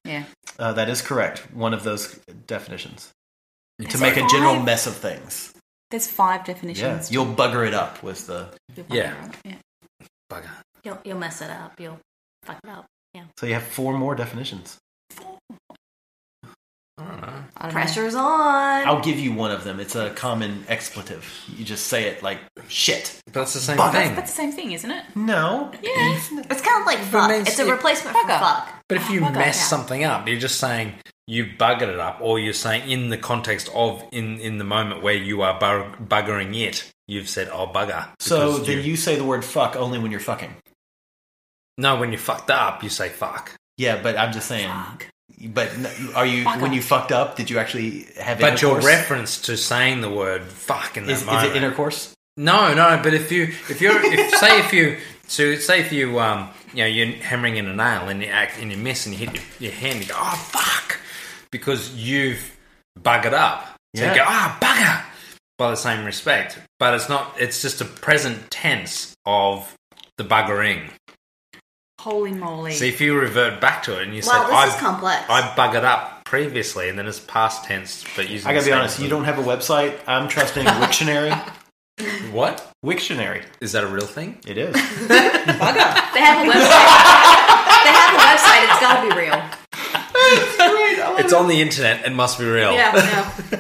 Speaker 8: Yeah.
Speaker 5: Uh, that is correct. One of those definitions. to make a general mess of things.
Speaker 8: There's five
Speaker 5: Yeah.
Speaker 8: definitions.
Speaker 5: You'll bugger it up was the.
Speaker 8: You're
Speaker 6: Yeah.
Speaker 8: fucking right.
Speaker 6: Bugger.
Speaker 7: You'll, you'll mess it up. You'll fuck it up. Yeah.
Speaker 5: So you have four more definitions.
Speaker 6: I don't know.
Speaker 8: I don't know.
Speaker 7: Pressure's on.
Speaker 5: I'll give you one of them. It's a common expletive. You just say it like shit.
Speaker 6: But that's the same
Speaker 5: Bugger.
Speaker 6: thing.
Speaker 8: That's the same thing, isn't it?
Speaker 5: No.
Speaker 8: Yeah.
Speaker 7: It's kind of like fuck.
Speaker 6: means
Speaker 7: It's a
Speaker 6: it-
Speaker 7: replacement for
Speaker 8: Fuck up.
Speaker 7: fuck.
Speaker 6: But if you
Speaker 8: Bugger,
Speaker 6: mess
Speaker 8: yeah.
Speaker 6: something up, you're just saying you buggered it up, or you're saying in the context of in in the moment where you are bug- buggering it, you've said "oh bugger."
Speaker 5: So
Speaker 6: because
Speaker 5: then you say the word fuck only when you're fucking.
Speaker 6: no, when you fucked up, you say "fuck."
Speaker 5: Yeah, but I'm just saying.
Speaker 8: Ah.
Speaker 5: But n- are you when you fucked up? Did you actually have?
Speaker 6: But your
Speaker 5: intercourse?
Speaker 6: reference to saying the word "fuck" in that
Speaker 5: is, is it
Speaker 6: moment
Speaker 5: intercourse?
Speaker 6: No, no. But if you, if you're, if, <laughs> say if you, so say if you, um, you know, you're hammering in a nail and you act and you miss and you hit your, your hand, you go, oh fuck, because you've buggered up. So
Speaker 5: Yeah.
Speaker 6: you go, ah, bugger. By the same respect, but it's not. It's just a present tense of the buggering.
Speaker 8: Holy moly.
Speaker 6: So if you revert back to it and you
Speaker 7: Wow,
Speaker 6: say,
Speaker 7: this is
Speaker 6: I-
Speaker 7: complex.
Speaker 6: I buggered up previously, and then it's past tense, but using.
Speaker 5: I gotta
Speaker 6: the
Speaker 5: be
Speaker 6: same
Speaker 5: honest. You
Speaker 6: sort
Speaker 5: don't have a website. I'm <laughs> trusting Wiktionary.
Speaker 6: of- What
Speaker 5: Wiktionary.
Speaker 6: is that a real thing?
Speaker 5: It is.
Speaker 7: They have a website.
Speaker 6: <laughs>
Speaker 7: they have a website. It's got to be real.
Speaker 6: It's on the internet. It must be real. <laughs>
Speaker 7: Yeah. yeah.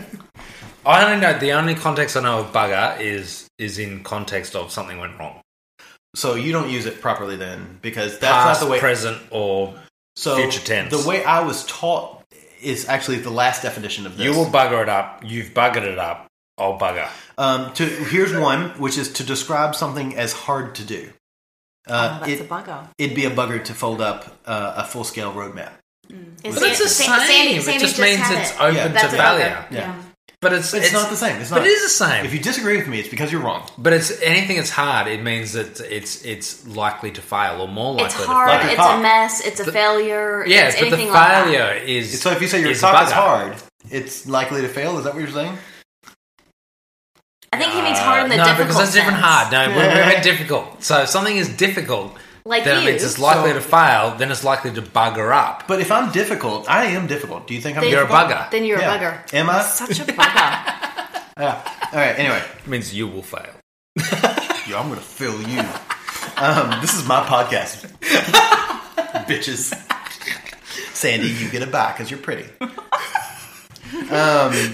Speaker 6: I don't know. The only context I know of bugger is is in context of something went wrong.
Speaker 5: So you don't use it properly then, because that's
Speaker 6: Past,
Speaker 5: not the way.
Speaker 6: present, or
Speaker 5: so
Speaker 6: future tense.
Speaker 5: The way I was taught is actually the last definition of this.
Speaker 6: you will bugger it up. You've buggered it up. I'll bugger.
Speaker 5: Um, to, here's one, which is to describe something as hard to do. Uh,
Speaker 8: that's
Speaker 5: it,
Speaker 8: a bugger.
Speaker 5: it'd be a bugger to fold up uh, a full scale roadmap.
Speaker 7: It's
Speaker 6: But it's the
Speaker 7: Sa-
Speaker 6: same.
Speaker 7: Sandy,
Speaker 6: it
Speaker 7: Sandy
Speaker 6: just, means
Speaker 7: had
Speaker 6: it's
Speaker 7: it.
Speaker 6: open
Speaker 5: Yeah.
Speaker 7: That's
Speaker 6: to
Speaker 7: a
Speaker 6: failure.
Speaker 7: bugger. Yeah.
Speaker 6: But it's,
Speaker 5: But it's, not the same. It's not.
Speaker 6: But it is the same.
Speaker 5: If you disagree with me, it's because you're wrong.
Speaker 6: but it's anything that's hard. It means that it's it's likely to fail or more likely
Speaker 7: It's
Speaker 6: to
Speaker 7: hard.
Speaker 5: like a
Speaker 6: fail.
Speaker 7: it's
Speaker 5: cock.
Speaker 7: a mess. It's a failure.
Speaker 6: yeah,
Speaker 7: it's
Speaker 6: but the
Speaker 7: anything like that.
Speaker 6: failure is
Speaker 5: So if you say your
Speaker 6: is a
Speaker 5: cock is
Speaker 6: bugger.
Speaker 5: hard, it's likely to fail. Is that what you're saying?
Speaker 7: I think he means hard in the
Speaker 6: Uh, no,
Speaker 7: difficult
Speaker 6: because that's different
Speaker 7: sense.
Speaker 6: hard. No, we're, we're about difficult. So if something is difficult,
Speaker 7: Like
Speaker 6: then
Speaker 7: you.
Speaker 6: it means it's likely
Speaker 5: So-
Speaker 6: to fail. Then it's likely to bugger up.
Speaker 5: But if I'm difficult, I am difficult. Do you think I'm?
Speaker 7: Then-
Speaker 6: You're a
Speaker 5: difficult?
Speaker 6: bugger.
Speaker 7: Then you're
Speaker 5: Yeah.
Speaker 7: a bugger.
Speaker 5: Am I?
Speaker 8: Such a bugger.
Speaker 5: Yeah. All right. Anyway,
Speaker 6: It means you will fail.
Speaker 5: Yo, I'm gonna fill you. Um, this is my podcast, <laughs> bitches. Sandy, you get a bye because you're pretty. Um,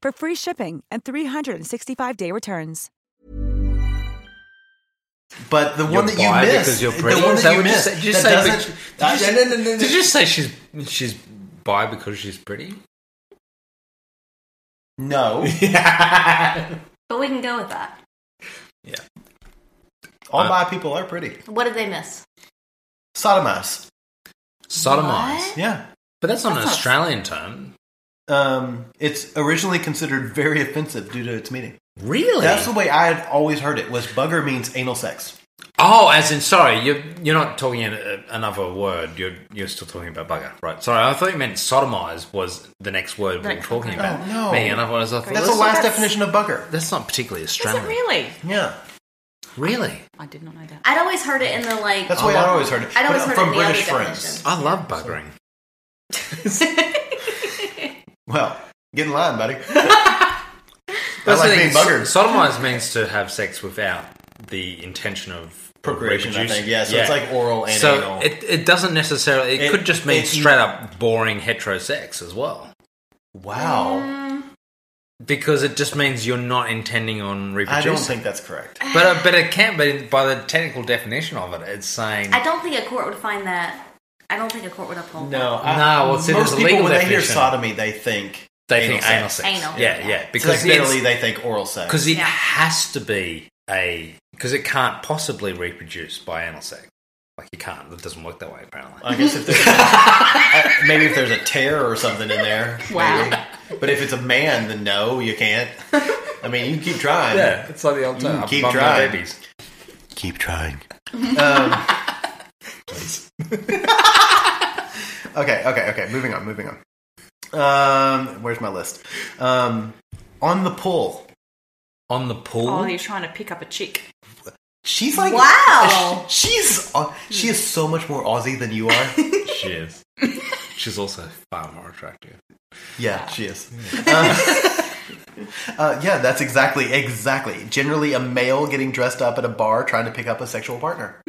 Speaker 10: for free shipping and 365-day returns.
Speaker 5: but the one that
Speaker 6: You're
Speaker 5: you
Speaker 6: bi
Speaker 5: missed,
Speaker 6: because you're
Speaker 5: the
Speaker 6: pretty.
Speaker 5: one
Speaker 6: Is that
Speaker 5: that you
Speaker 6: what
Speaker 5: missed,
Speaker 6: said? Did you
Speaker 5: that
Speaker 6: say
Speaker 5: doesn't-
Speaker 6: bitch- did you-
Speaker 5: I- no, no, no, no.
Speaker 6: Did you say she's she's bi because she's pretty?
Speaker 5: <laughs>
Speaker 6: <laughs>
Speaker 5: No,
Speaker 6: Yeah.
Speaker 7: But we can go with that.
Speaker 5: all bi people are pretty.
Speaker 7: What did they miss?
Speaker 5: Sodomize.
Speaker 6: Sodomized.
Speaker 5: Yeah.
Speaker 6: But that's not an Australian term.
Speaker 5: Um, it's originally considered very offensive due to its meaning.
Speaker 6: Really?
Speaker 5: That's the way I had always heard it. Was bugger means anal sex.
Speaker 6: Oh, as in, sorry, you're, you're not talking in a, another word. You're, you're still talking about bugger. Right. Sorry, I thought you meant sodomize was the next word we were talking about.
Speaker 5: Oh, no.
Speaker 6: Me, and I was, I thought,
Speaker 5: That's the last definition of bugger.
Speaker 6: That's not particularly
Speaker 7: Is it
Speaker 6: Australian.
Speaker 7: really?
Speaker 5: Yeah.
Speaker 6: Really?
Speaker 8: I did not know that.
Speaker 7: I'd always heard it in the like.
Speaker 5: That's the way I always heard it.
Speaker 7: I'd always
Speaker 5: But
Speaker 7: heard
Speaker 5: from
Speaker 7: it in the
Speaker 5: British
Speaker 7: other
Speaker 5: friends. Uh,
Speaker 6: I love buggering.
Speaker 5: Well, get in line, <laughs> buddy.
Speaker 6: That's
Speaker 5: like
Speaker 6: the
Speaker 5: being
Speaker 6: thing,
Speaker 5: buggered.
Speaker 6: so- Sodomize means to have sex without the intention of
Speaker 5: Procreation, I
Speaker 6: reproducing.
Speaker 5: think. Yeah, so it's like oral and
Speaker 6: so
Speaker 5: anal.
Speaker 6: It, it doesn't necessarily. It,
Speaker 5: It-
Speaker 6: could just mean
Speaker 5: it-
Speaker 6: straight up boring hetero sex as well,
Speaker 5: Wow.
Speaker 6: because it just means you're not intending on
Speaker 5: I
Speaker 6: reproducing.
Speaker 5: don't think that's correct.
Speaker 6: But uh, but it can. But by the technical definition of it, it's saying
Speaker 7: I don't think a court would find that. I don't think a court would uphold that.
Speaker 5: No, I,
Speaker 6: No, well, see, there's
Speaker 5: most
Speaker 6: a
Speaker 5: people
Speaker 6: legal
Speaker 5: when they hear
Speaker 6: definition.
Speaker 5: sodomy, they think
Speaker 6: they think anal
Speaker 5: sex.
Speaker 6: sex.
Speaker 7: Anal,
Speaker 6: Yeah,
Speaker 7: yeah.
Speaker 6: yeah. Because
Speaker 5: Technically,
Speaker 6: it's-
Speaker 5: they think oral sex.
Speaker 6: because it
Speaker 7: Yeah.
Speaker 6: has to be a because it can't possibly reproduce by anal sex. Like you can't. It doesn't work that way. Apparently.
Speaker 5: I guess if there's
Speaker 6: <laughs>
Speaker 5: I- maybe if there's a tear or something in there.
Speaker 8: Wow.
Speaker 5: maybe. But if it's a man, then no, you <laughs> can't. I mean, you can keep trying.
Speaker 6: Yeah, it's like the old
Speaker 5: You can
Speaker 6: term.
Speaker 5: keep
Speaker 6: Bum my
Speaker 5: trying.
Speaker 6: Babies.
Speaker 5: Keep trying. Um, <laughs> okay, okay, okay. Moving on, moving on. Um, where's my list? Um, on the pull.
Speaker 6: On the pool.
Speaker 8: Oh, you're trying to pick up a chick.
Speaker 5: She's like
Speaker 7: Wow.
Speaker 5: She- She's au- she is so much more Aussie than you are.
Speaker 6: She is.
Speaker 7: <laughs>
Speaker 6: She's also far more attractive.
Speaker 5: Yeah, she is. Uh, <laughs> uh, yeah, that's exactly exactly. Generally, a male getting dressed up at a bar trying to pick up a sexual partner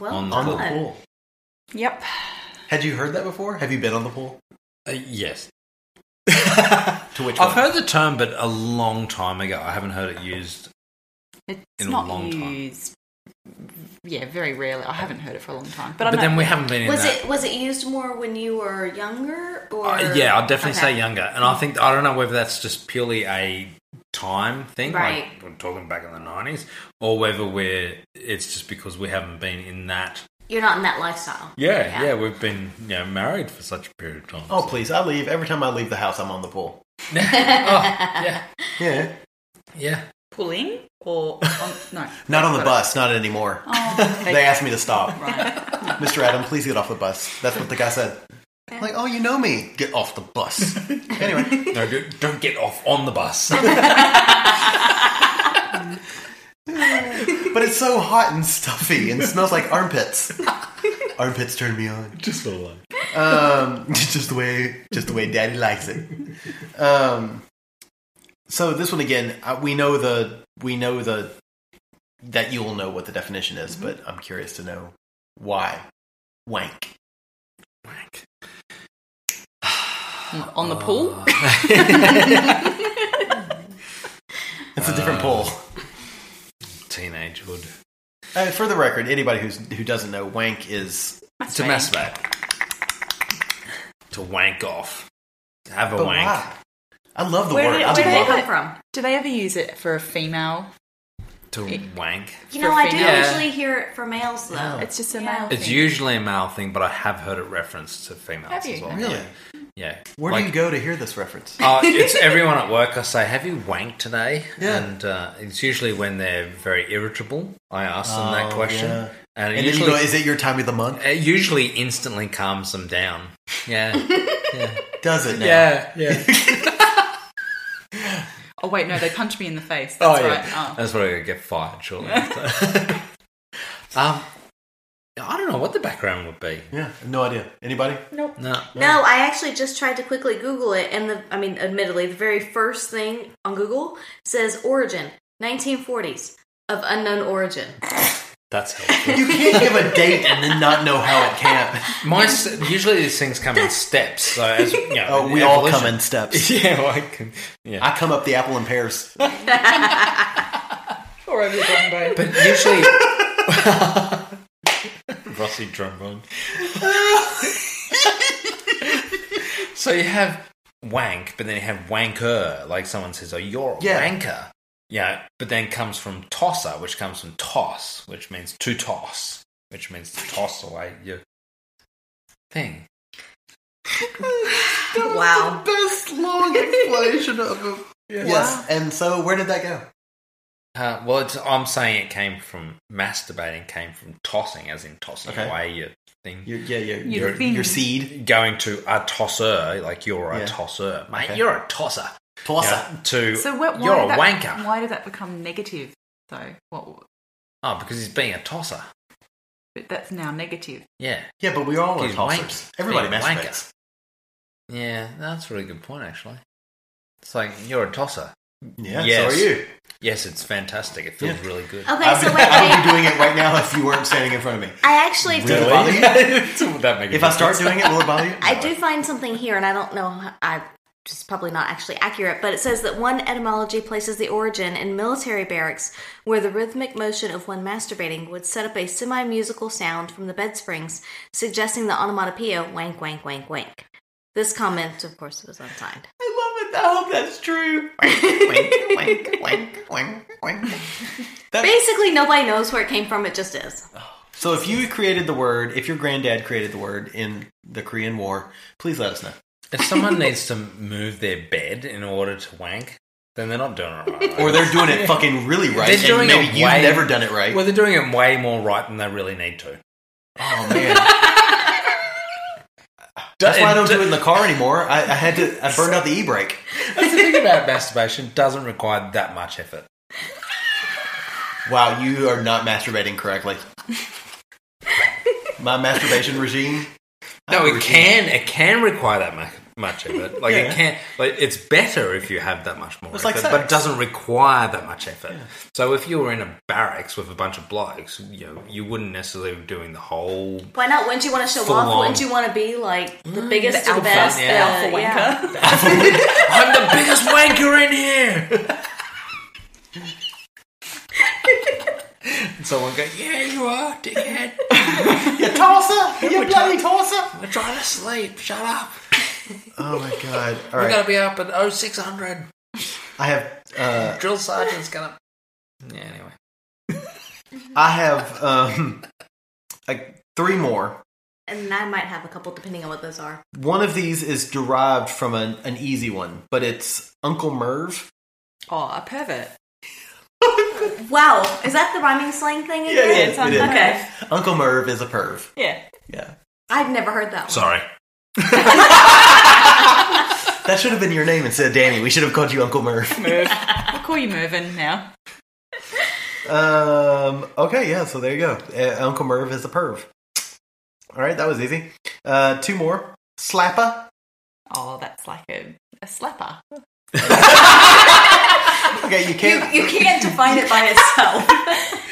Speaker 7: Well
Speaker 6: On the
Speaker 5: on
Speaker 7: done.
Speaker 5: the pool.
Speaker 8: Yep.
Speaker 5: Had you heard that before? Have you been on the pool?
Speaker 6: Uh, <laughs> yes.
Speaker 5: To which
Speaker 6: I've
Speaker 5: one?
Speaker 6: heard the term, but a long time ago. I haven't heard it used.
Speaker 8: It's
Speaker 6: In a
Speaker 8: not
Speaker 6: long time.
Speaker 8: used. Yeah, very rarely. I haven't heard it for a long time. But,
Speaker 6: But,
Speaker 8: I know.
Speaker 6: then we haven't been in
Speaker 7: Was
Speaker 6: that.
Speaker 7: it was it used more when you were younger or?
Speaker 6: Uh, yeah, I'd definitely
Speaker 7: Okay.
Speaker 6: say younger. And I think, I don't know whether that's just purely a time thing,
Speaker 7: Right.
Speaker 6: like we're talking back in the 90s, or whether we're, it's just because we haven't been in that.
Speaker 7: You're not in that lifestyle.
Speaker 6: Yeah, yeah, we've been you know, married for such a period of time.
Speaker 5: <laughs> Oh please! I leave every time I leave the house. I'm on the pool.
Speaker 6: yeah.
Speaker 5: Yeah,
Speaker 6: Yeah.
Speaker 8: pulling or on, no?
Speaker 5: not on the bus. Not anymore.
Speaker 8: Oh,
Speaker 5: <laughs> They asked me to stop.
Speaker 8: right.
Speaker 5: <laughs> Mr. Adam, please get off the bus. That's what the guy said. I'm like, oh, you know me. Get off the bus. anyway,
Speaker 6: No, don't- don't get off on the bus.
Speaker 5: but it's so hot and stuffy and smells like
Speaker 8: <laughs>
Speaker 5: armpits. armpits turn me on.
Speaker 6: just for like.
Speaker 5: um, <laughs> just the way, just the way Daddy likes it. Um, so this one again, uh, we know the, we know the, that you'll know what the definition is, but I'm curious to know why. Wank.
Speaker 6: <laughs> Wank.
Speaker 8: on the pool.
Speaker 5: It's a different poll.
Speaker 6: Teenage would.
Speaker 5: Uh, for the record, anybody who's who doesn't know, wank is.
Speaker 6: To masturbate. To wank off. To have a
Speaker 5: But
Speaker 6: wank.
Speaker 5: why? I love the
Speaker 8: Where
Speaker 5: word.
Speaker 8: did-
Speaker 5: I
Speaker 8: where did
Speaker 5: love
Speaker 8: it
Speaker 5: it.
Speaker 7: Come from.
Speaker 8: Do they ever use it for a female?
Speaker 6: To wank.
Speaker 7: You
Speaker 8: For
Speaker 7: know, I do
Speaker 8: female.
Speaker 7: usually hear it for males though.
Speaker 8: It's just a
Speaker 7: Yeah.
Speaker 8: male.
Speaker 6: It's
Speaker 8: thing.
Speaker 6: usually a male thing, but I have heard it referenced to females
Speaker 8: Have you?
Speaker 6: as well.
Speaker 5: Really?
Speaker 6: Yeah. Yeah.
Speaker 5: Where
Speaker 6: Like,
Speaker 5: do you go to hear this reference?
Speaker 6: <laughs> uh, it's everyone at work. I say, "Have you wanked today?"
Speaker 5: Yeah.
Speaker 6: And uh, it's usually when they're very irritable. I ask them that
Speaker 5: Oh,
Speaker 6: question,
Speaker 5: yeah.
Speaker 6: and,
Speaker 5: And
Speaker 6: it
Speaker 5: then you
Speaker 6: usually
Speaker 5: go, is it your time of the month?
Speaker 6: it usually instantly calms them down.
Speaker 8: <laughs>
Speaker 6: Yeah,
Speaker 5: Does it? Now?
Speaker 6: yeah, <laughs> yeah.
Speaker 8: Oh wait, no, they punch me in the face.
Speaker 6: Oh
Speaker 8: That's
Speaker 6: yeah,
Speaker 8: right. Oh.
Speaker 6: that's what I get fired shortly. after. <laughs> um, I don't know what the background would be.
Speaker 5: Yeah. No idea. Anybody?
Speaker 6: No,
Speaker 7: No, I actually just tried to quickly Google it, and the I mean, admittedly, the very first thing on Google says origin 1940s of unknown origin.
Speaker 6: that's
Speaker 8: <laughs>
Speaker 6: helpful.
Speaker 5: You can't give a date and then not know how it can.
Speaker 6: My s- usually these things come in steps. So as you know,
Speaker 5: Oh, we all come in <laughs>
Speaker 6: <laughs>
Speaker 5: steps.
Speaker 6: Yeah, well, I can. Yeah,
Speaker 5: I come up the apple in
Speaker 7: <laughs>
Speaker 5: pairs.
Speaker 8: Or over the bottom bone.
Speaker 6: but usually.
Speaker 5: <laughs>
Speaker 6: Rossi trombone. so you have wank, but then you have wanker. Like someone says, "Oh, you're a
Speaker 5: Yeah.
Speaker 6: wanker." Yeah, but then comes from tosser, which comes from toss, which means to toss, which means to toss away your thing.
Speaker 7: Wow.
Speaker 5: Best long explanation of a Yes. And so, where did that go?
Speaker 6: Uh, well, it's, I'm saying it came from masturbating, came from tossing, as in tossing
Speaker 5: Okay.
Speaker 6: away your thing.
Speaker 5: yeah, your- Your your- thing. your seed.
Speaker 6: Going to a tosser, like you're a
Speaker 5: Yeah.
Speaker 6: tosser. Mate,
Speaker 5: Okay.
Speaker 6: you're a tosser.
Speaker 5: Tosser.
Speaker 6: Yeah, to,
Speaker 8: So what? Why
Speaker 6: you're
Speaker 8: did
Speaker 6: a
Speaker 8: that,
Speaker 6: wanker.
Speaker 8: Why did that become negative? though? what?
Speaker 6: Oh, because he's being a tosser.
Speaker 8: But that's now negative.
Speaker 6: Yeah.
Speaker 5: Yeah, but we all are
Speaker 6: He's wank-
Speaker 5: tossers. Everybody
Speaker 6: being a wanker.
Speaker 5: masturbates.
Speaker 6: Yeah, that's a really good point, actually. It's like, you're a tosser.
Speaker 5: Yeah, so are you.
Speaker 6: Yes, it's fantastic. It feels really good.
Speaker 7: Okay,
Speaker 5: I, would, <laughs>
Speaker 7: so wait,
Speaker 5: I would
Speaker 7: wait.
Speaker 5: be doing it right now if you weren't standing in front of me.
Speaker 7: I actually
Speaker 5: <laughs> Does
Speaker 7: do.
Speaker 5: it bother you?
Speaker 6: Would <laughs> that make a
Speaker 5: If I start doing
Speaker 6: difference?
Speaker 5: it, will it bother you?
Speaker 7: I do find something here, and I don't know. how- I just probably not actually accurate, but it says that one etymology places the origin in military barracks, where the rhythmic motion of one masturbating would set up a semi-musical sound from the bed springs, suggesting the onomatopoeia wank wank wank wank. This comment, of course, was unsigned.
Speaker 5: I love it. I hope that's true.
Speaker 7: <laughs>
Speaker 5: wink, wink, wink, wink.
Speaker 7: Basically, nobody knows where it came from. It just is.
Speaker 5: So if you created the word, if your granddad created the word in the Korean War, please let us know.
Speaker 6: If someone needs to move their bed in order to wank, then they're not doing it right.
Speaker 5: Or they're doing it fucking really right, and maybe you've never done it right.
Speaker 6: Well, they're doing it way more right than they really need to.
Speaker 5: Oh man. That's why I don't do it in the car anymore. I, I had to. I burned out the e-brake.
Speaker 6: That's the thing about <laughs> masturbation; doesn't require that much effort.
Speaker 5: Wow, you are not masturbating correctly. My masturbation regime.
Speaker 6: No, it can it can require that much much effort. Like
Speaker 5: Yeah.
Speaker 6: it can, like it's better if you have that much more
Speaker 5: It's like
Speaker 6: effort, but
Speaker 5: sex.
Speaker 6: it doesn't require that much effort. So if you were in a barracks with a bunch of blokes, you know, you wouldn't necessarily be doing the whole
Speaker 5: <laughs>
Speaker 7: Why not? Wouldn't you want to show
Speaker 6: Full
Speaker 7: off?
Speaker 6: on.
Speaker 7: Wouldn't you want to be like the biggest,
Speaker 8: the
Speaker 7: the,
Speaker 8: alpha,
Speaker 7: best,
Speaker 6: yeah.
Speaker 7: uh,
Speaker 8: Alpha wanker.
Speaker 7: yeah.
Speaker 6: I'm the biggest wanker in
Speaker 5: <laughs>
Speaker 6: here. and someone goes, Yeah, you are, dickhead.
Speaker 5: You tosser! You bloody tosser!
Speaker 6: We're trying to sleep. Shut <laughs> up.
Speaker 5: Oh my god! All
Speaker 6: We're
Speaker 5: right,
Speaker 6: going to be up at 0600.
Speaker 5: I have. Uh,
Speaker 6: Drill sergeant's going to. Yeah, anyway.
Speaker 5: I have. Um, like three more.
Speaker 7: And I might have a couple depending on what those are.
Speaker 5: One of these is derived from an, an easy one, but it's Uncle Merv.
Speaker 8: Oh, a pervert.
Speaker 7: Wow, is that the rhyming slang thing? Again?
Speaker 5: it is.
Speaker 7: Okay,
Speaker 5: Uncle Merv is a perv.
Speaker 8: Yeah.
Speaker 5: Yeah.
Speaker 7: I've never heard that one.
Speaker 6: Sorry.
Speaker 5: That should have been your name instead of Danny. We should have called you Uncle
Speaker 8: <laughs>
Speaker 5: Merv.
Speaker 8: Merv. we'll call you Mervin now.
Speaker 5: Um. Okay. Yeah. So there you go. Uh, Uncle Merv is a perv. All right. That was easy. Uh, two more. Slapper.
Speaker 8: Oh, that's like a, a slapper. <laughs>
Speaker 5: Okay. You can't.
Speaker 8: <laughs> you can't define it by itself. <laughs>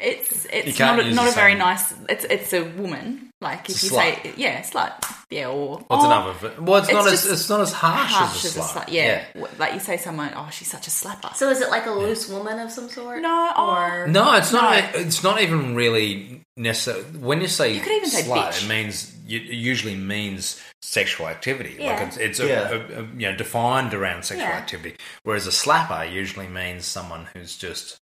Speaker 8: it's
Speaker 6: You
Speaker 8: it's
Speaker 6: can't
Speaker 8: not a,
Speaker 6: use
Speaker 8: not
Speaker 6: the
Speaker 8: a very
Speaker 6: same-
Speaker 8: nice. It's it's a woman. Like if
Speaker 6: It's a
Speaker 8: you
Speaker 6: slut.
Speaker 8: say yeah, slut. Yeah, or
Speaker 6: What's
Speaker 8: oh,
Speaker 6: another? v- Well, it's,
Speaker 8: it's
Speaker 6: not as
Speaker 8: just
Speaker 6: it's not as harsh,
Speaker 8: harsh
Speaker 6: as a slut.
Speaker 8: Yeah. W- like you say someone. Oh, she's such a slapper.
Speaker 7: So is it like a loose woman of some sort?
Speaker 8: no, oh,
Speaker 7: Or
Speaker 6: No, it's not. e,
Speaker 8: No.
Speaker 6: It's not even really necessary. When you say
Speaker 8: You could even say
Speaker 6: slut,
Speaker 8: bitch.
Speaker 6: it means it usually means sexual activity.
Speaker 7: Yeah.
Speaker 6: Like it's, it's a,
Speaker 5: Yeah.
Speaker 6: a- a- you know defined around sexual
Speaker 7: Yeah.
Speaker 6: activity. Whereas a slapper usually means someone who's just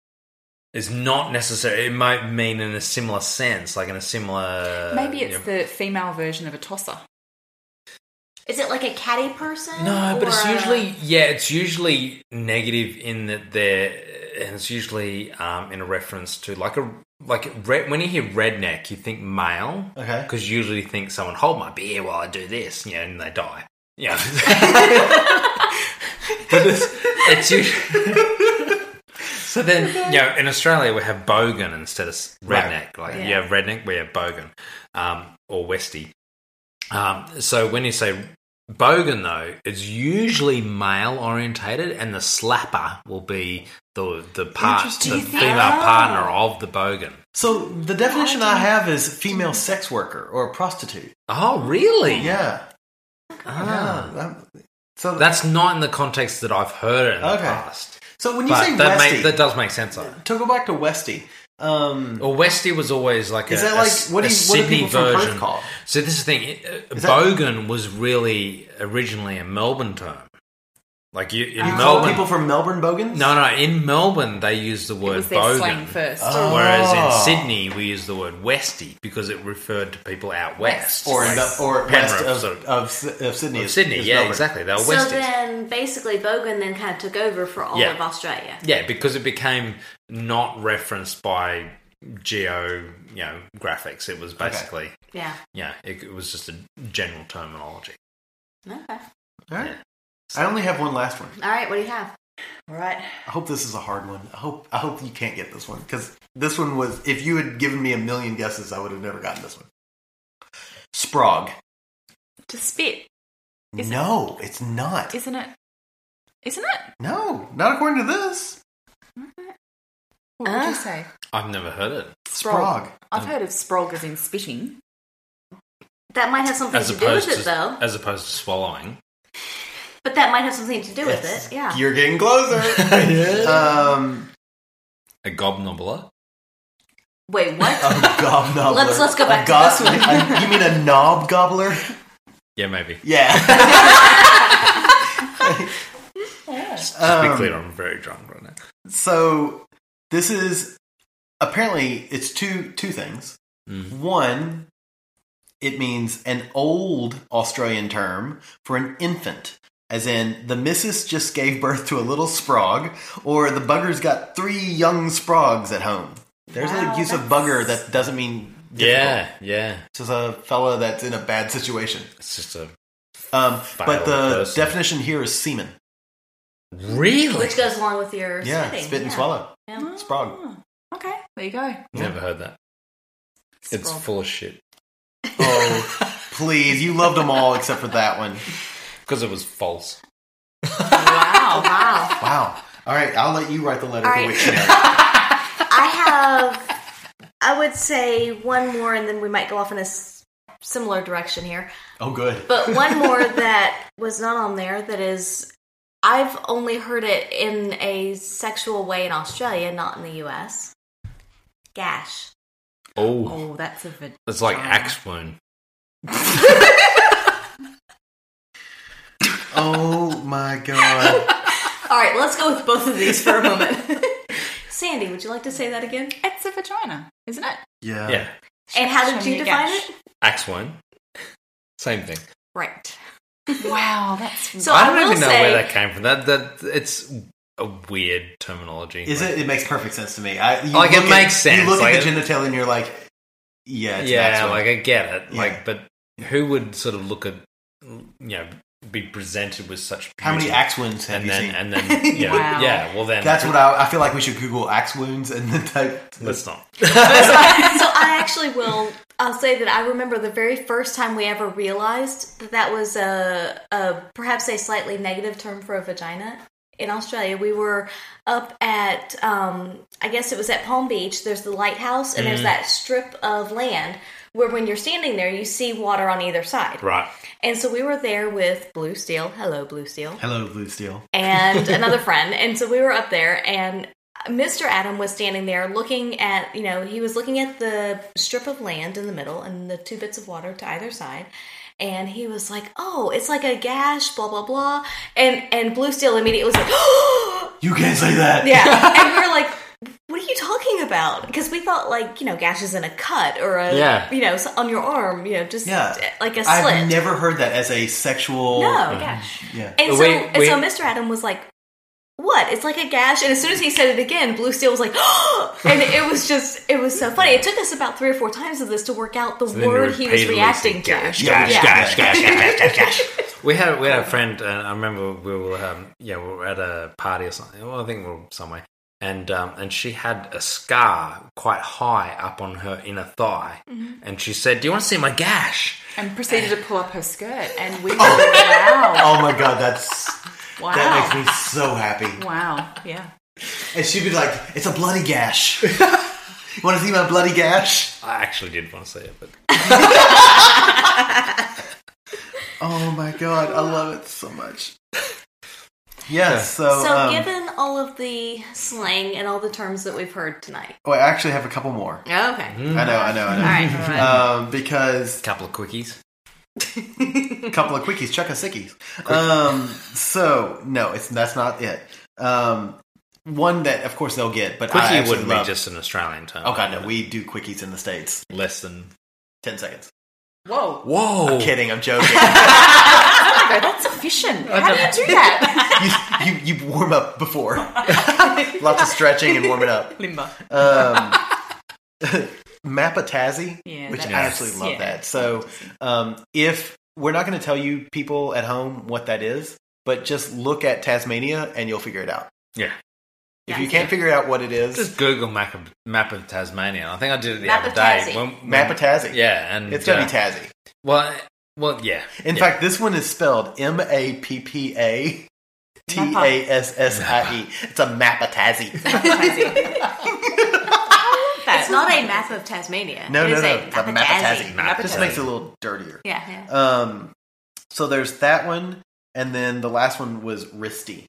Speaker 6: is not necessary. It might mean in a similar sense, like in a similar.
Speaker 8: maybe it's
Speaker 6: you know-
Speaker 8: the female version of a tosser.
Speaker 7: is it like a catty person?
Speaker 6: No, but it's
Speaker 7: or a-
Speaker 6: usually yeah, it's usually negative in that they're, and it's usually um, in a reference to like a like red, when you hear redneck, you think male,
Speaker 5: Okay.
Speaker 6: because you usually think someone hold my beer while I do this, you know, and they die, yeah. <laughs> but it's, it's usually. <laughs> So then, you know, in Australia we have bogan instead of s- redneck. Like, yeah. redneck, we have bogan um, or westie. Um, so when you say bogan, though, it's usually male orientated, and the slapper will be the the part,
Speaker 5: Interesting.
Speaker 6: the female partner of the bogan.
Speaker 5: So the definition I have is female sex worker or a prostitute.
Speaker 6: Oh, really?
Speaker 5: Yeah.
Speaker 6: Ah.
Speaker 5: Yeah. Um, So
Speaker 6: That's not in the context that I've heard it in
Speaker 5: Okay.
Speaker 6: the past.
Speaker 5: so when you
Speaker 6: But
Speaker 5: say
Speaker 6: that,
Speaker 5: Westy,
Speaker 6: make, that does make sense, though.
Speaker 5: to go back to Westy. Um.
Speaker 6: Well, Westie was always like
Speaker 5: Is
Speaker 6: a,
Speaker 5: that like-
Speaker 6: a s-
Speaker 5: what do
Speaker 6: a
Speaker 5: you- what do
Speaker 6: Sydney
Speaker 5: people from Perth
Speaker 6: version.
Speaker 5: call
Speaker 6: So this is the thing. uh,
Speaker 5: Is that-
Speaker 6: Bogan was really originally a Melbourne term. Like you in
Speaker 5: You call
Speaker 6: Melbourne,
Speaker 5: Ah. people from Melbourne bogans?
Speaker 6: No, no. In Melbourne, they use the word
Speaker 8: was their
Speaker 6: bogan. Ah.
Speaker 8: slang first.
Speaker 5: Oh.
Speaker 6: Whereas in Sydney, we use the word westie because it referred to people out west,
Speaker 5: or in,
Speaker 6: Like
Speaker 5: Be- or west
Speaker 6: Penrith,
Speaker 5: of,
Speaker 6: so-
Speaker 5: of, Sy- of Sydney.
Speaker 6: Of
Speaker 5: is-
Speaker 6: Sydney,
Speaker 5: is
Speaker 6: yeah,
Speaker 5: Melbourne.
Speaker 6: exactly. They were
Speaker 7: So
Speaker 6: westies.
Speaker 7: then, basically, Bogan then kind of took over for all
Speaker 6: Yeah.
Speaker 7: of Australia.
Speaker 6: Yeah, because it became not referenced by geo, you know, graphics. It was basically,
Speaker 7: Yeah.
Speaker 6: yeah, it, it was just a general terminology.
Speaker 7: Okay.
Speaker 5: All right. I only have one last one.
Speaker 7: All right. What do you have?
Speaker 8: All right.
Speaker 5: I hope this is a hard one. I hope I hope you can't get this one because this one was. If you had given me a million guesses, I would have never gotten this one. Sprague.
Speaker 8: To spit, Is it-
Speaker 5: no, it's not.
Speaker 8: isn't it? Isn't it?
Speaker 5: no, not according to this.
Speaker 8: What would
Speaker 7: Uh.
Speaker 8: you say?
Speaker 6: I've never heard it.
Speaker 5: Sprague.
Speaker 6: Um,
Speaker 8: I've heard of sprog as in spitting.
Speaker 7: That might have something
Speaker 6: As
Speaker 7: to do with
Speaker 6: opposed
Speaker 7: it,
Speaker 6: to
Speaker 7: though.
Speaker 6: as opposed to
Speaker 5: <laughs>
Speaker 6: swallowing.
Speaker 7: But that might have something to do with it. Yeah.
Speaker 5: You're getting closer.
Speaker 7: <laughs>
Speaker 5: Um,
Speaker 6: A gobnobbler.
Speaker 7: Wait, what?
Speaker 6: <laughs>
Speaker 5: a gobnobbler.
Speaker 7: Let's- let's go
Speaker 5: A
Speaker 7: back to
Speaker 5: gob-
Speaker 7: this one.
Speaker 5: a- you mean a knob gobbler?
Speaker 6: Yeah, maybe.
Speaker 5: Yeah.
Speaker 7: <laughs>
Speaker 6: Just to be
Speaker 5: Um,
Speaker 6: clear, I'm very drunk right now.
Speaker 5: So this is apparently it's two two things.
Speaker 6: Mm-hmm.
Speaker 5: One, it means an old Australian term for an infant, as in the missus just gave birth to a little sprog, or the bugger's got three young sprogs at home. There's
Speaker 8: Wow,
Speaker 5: a use of
Speaker 8: that's-
Speaker 5: bugger that doesn't mean difficult.
Speaker 6: Yeah, yeah.
Speaker 5: It's just a fella that's in a bad situation.
Speaker 6: It's just a
Speaker 5: Um, but
Speaker 6: Violent
Speaker 5: the
Speaker 6: person.
Speaker 5: definition here is semen.
Speaker 6: really.
Speaker 7: Which goes along with your
Speaker 5: Yeah,
Speaker 7: spitting.
Speaker 5: spit and
Speaker 7: yeah.
Speaker 6: <laughs>
Speaker 5: swallow.
Speaker 7: Yeah.
Speaker 5: Sprog.
Speaker 8: Oh, okay, there you go.
Speaker 6: Never heard that. It's
Speaker 8: Sprog.
Speaker 6: full of shit
Speaker 5: Oh, please. You loved them all except for that one.
Speaker 6: because it was false.
Speaker 7: Oh, <laughs> wow.
Speaker 5: Wow. All right, I'll let you write the letter
Speaker 7: All
Speaker 5: for
Speaker 7: right.
Speaker 5: which you know.
Speaker 7: <laughs> I have, I would say one more, and then we might go off in a s- similar direction here.
Speaker 5: Oh, good.
Speaker 7: But
Speaker 5: <laughs>
Speaker 7: one more that was not on there that is, I've only heard it in a sexual way in Australia, not in the US. Gash.
Speaker 6: Oh,
Speaker 8: Oh, that's a vid-
Speaker 6: it's like axe wound.
Speaker 5: Oh my
Speaker 6: <laughs>
Speaker 5: god.
Speaker 7: All right, let's go with both of these for a moment. <laughs> Sandy, would you like to say that again?
Speaker 8: It's a vagina, isn't it?
Speaker 5: Yeah.
Speaker 6: Yeah,
Speaker 7: And how did
Speaker 8: Show
Speaker 7: you
Speaker 8: me a
Speaker 7: define
Speaker 8: gash.
Speaker 7: it?
Speaker 6: axe wound. Same thing.
Speaker 7: Right.
Speaker 8: Wow, that's
Speaker 7: So
Speaker 6: Mm. I
Speaker 7: I,
Speaker 6: don't
Speaker 7: will
Speaker 6: even know
Speaker 7: say, <laughs>
Speaker 6: where that came from. That that it's a weird terminology.
Speaker 5: Is
Speaker 6: Like,
Speaker 5: it? It makes perfect sense to me. I, you
Speaker 6: Like, it
Speaker 5: look at-
Speaker 6: makes sense,
Speaker 5: You look
Speaker 6: like
Speaker 5: at the
Speaker 6: it-
Speaker 5: genitalia and you're like, yeah, it's
Speaker 6: yeah,
Speaker 5: Maxwell.
Speaker 6: like I get it.
Speaker 5: Yeah.
Speaker 6: Like, but who would sort of look at you know be presented with such beauty
Speaker 5: How many axe wounds have
Speaker 6: and
Speaker 5: you
Speaker 6: then
Speaker 5: seen?
Speaker 6: and then yeah,
Speaker 8: Wow.
Speaker 6: yeah. Well, then
Speaker 5: That's what I, I feel like we should Google axe wounds and then type.
Speaker 6: Let's not.
Speaker 7: so I actually will. I'll say that I remember the very first time we ever realized that that was a, a perhaps a slightly negative term for a vagina in Australia. We were up at, um, I guess it was at Palm Beach. There's the lighthouse, and
Speaker 6: Mm.
Speaker 7: there's that strip of land where, when you're standing there, you see water on either side.
Speaker 6: right.
Speaker 7: And so we were there with Blue Steel. Hello, Blue Steel
Speaker 5: Hello, Blue Steel.
Speaker 7: and another friend. And so we were up there and Mr. Adam was standing there looking at, you know, he was looking at the strip of land in the middle and the two bits of water to either side. And he was like, "Oh, it's like a gash, blah blah blah." And and Blue Steel immediately was like, <gasps>
Speaker 5: You can't say that. <laughs>
Speaker 7: "Yeah." And we were like, "What are you talking about?" Because we thought like, you know, gashes in a cut or a,
Speaker 6: Yeah.
Speaker 7: you know, on your arm, you know, just
Speaker 5: Yeah.
Speaker 7: like a slit.
Speaker 5: I've never heard that as a sexual.
Speaker 7: No, gash.
Speaker 5: Yeah.
Speaker 7: And
Speaker 6: But
Speaker 7: so,
Speaker 6: wait,
Speaker 7: and so
Speaker 6: wait.
Speaker 7: Mr. Adam was like, "What? It's like a gash." And as soon as he said it again, Blue Steel was like, <gasps> and it was just, it was so funny. It took us about three or four times of this to work out the
Speaker 6: So then you
Speaker 7: word he was
Speaker 6: repeatedly
Speaker 7: reacting
Speaker 6: say,
Speaker 7: to.
Speaker 6: Gash,
Speaker 5: Yeah,
Speaker 6: gash,
Speaker 5: yeah.
Speaker 6: gash, gash, gash,
Speaker 5: <laughs>
Speaker 6: gash, gash, gash. We had we had a friend, and I remember we were um, yeah we were at a party or something. Well, I think we were somewhere, and um, and she had a scar quite high up on her inner thigh,
Speaker 5: Mm-hmm.
Speaker 6: and she said, "Do you want to see my gash?"
Speaker 8: and proceeded to pull up her skirt, and we were <laughs> wow,
Speaker 5: Oh my god, that's
Speaker 8: wow,
Speaker 5: that makes me so happy.
Speaker 8: wow, yeah.
Speaker 5: And she'd be like, "It's a bloody gash. <laughs> Want to see my bloody gash?
Speaker 6: I actually did want to see it, but
Speaker 5: Oh my god, I love it so
Speaker 6: <laughs>
Speaker 5: much." Yes. So,
Speaker 7: So,
Speaker 5: um,
Speaker 7: given all of the slang and all the terms that we've heard tonight,
Speaker 5: oh, I actually have a couple more.
Speaker 7: okay,
Speaker 5: Mm, I know, Uh, I know, I know.
Speaker 7: all right, all right.
Speaker 6: <laughs>
Speaker 5: Um, because
Speaker 6: a couple of quickies.
Speaker 5: couple of quickies, chuck a sickies. Um, so no, it's that's not it. Um, one that, of course, they'll get, but I
Speaker 6: Quickie
Speaker 5: absolutely
Speaker 6: wouldn't be
Speaker 5: love-
Speaker 6: just an Australian term.
Speaker 5: Oh god, no, we do quickies in the states.
Speaker 6: Less than
Speaker 5: ten seconds.
Speaker 8: Whoa.
Speaker 6: Whoa!
Speaker 5: I'm kidding. I'm
Speaker 6: <laughs>
Speaker 5: joking.
Speaker 8: I <laughs> go, that's efficient. How do you do that?
Speaker 5: <laughs> you, you warm up before. Lots of stretching and warming up.
Speaker 8: Limbo.
Speaker 5: Um, Mapatazzi,
Speaker 8: Yeah,
Speaker 5: which I
Speaker 8: that's-
Speaker 5: absolutely love
Speaker 8: yeah.
Speaker 5: that. So, um, if we're not going to tell you people at home what that is, but just look at Tasmania and you'll figure it out.
Speaker 6: Yeah.
Speaker 5: If you can't figure out what it is,
Speaker 6: Just Google map of, map of Tasmania. I think I did it the other
Speaker 5: Mapatazzi.
Speaker 6: day.
Speaker 5: Mapatazzi.
Speaker 6: Yeah, and
Speaker 5: It's gonna
Speaker 6: uh,
Speaker 5: be Tassie.
Speaker 6: Well, well, yeah.
Speaker 5: In
Speaker 6: yeah.
Speaker 5: fact, this one is spelled M A P P A T A S S I E. It's a
Speaker 6: <laughs>
Speaker 5: Mapatazzi.
Speaker 7: It's not a map of Tasmania.
Speaker 5: No,
Speaker 7: It
Speaker 5: no,
Speaker 7: is
Speaker 5: no.
Speaker 7: a
Speaker 5: It's a
Speaker 7: Mapatazzi.
Speaker 5: Mapatazzi. Just makes it a little dirtier.
Speaker 7: Yeah, yeah.
Speaker 5: Um, so there's that one, and then the last one was Risty.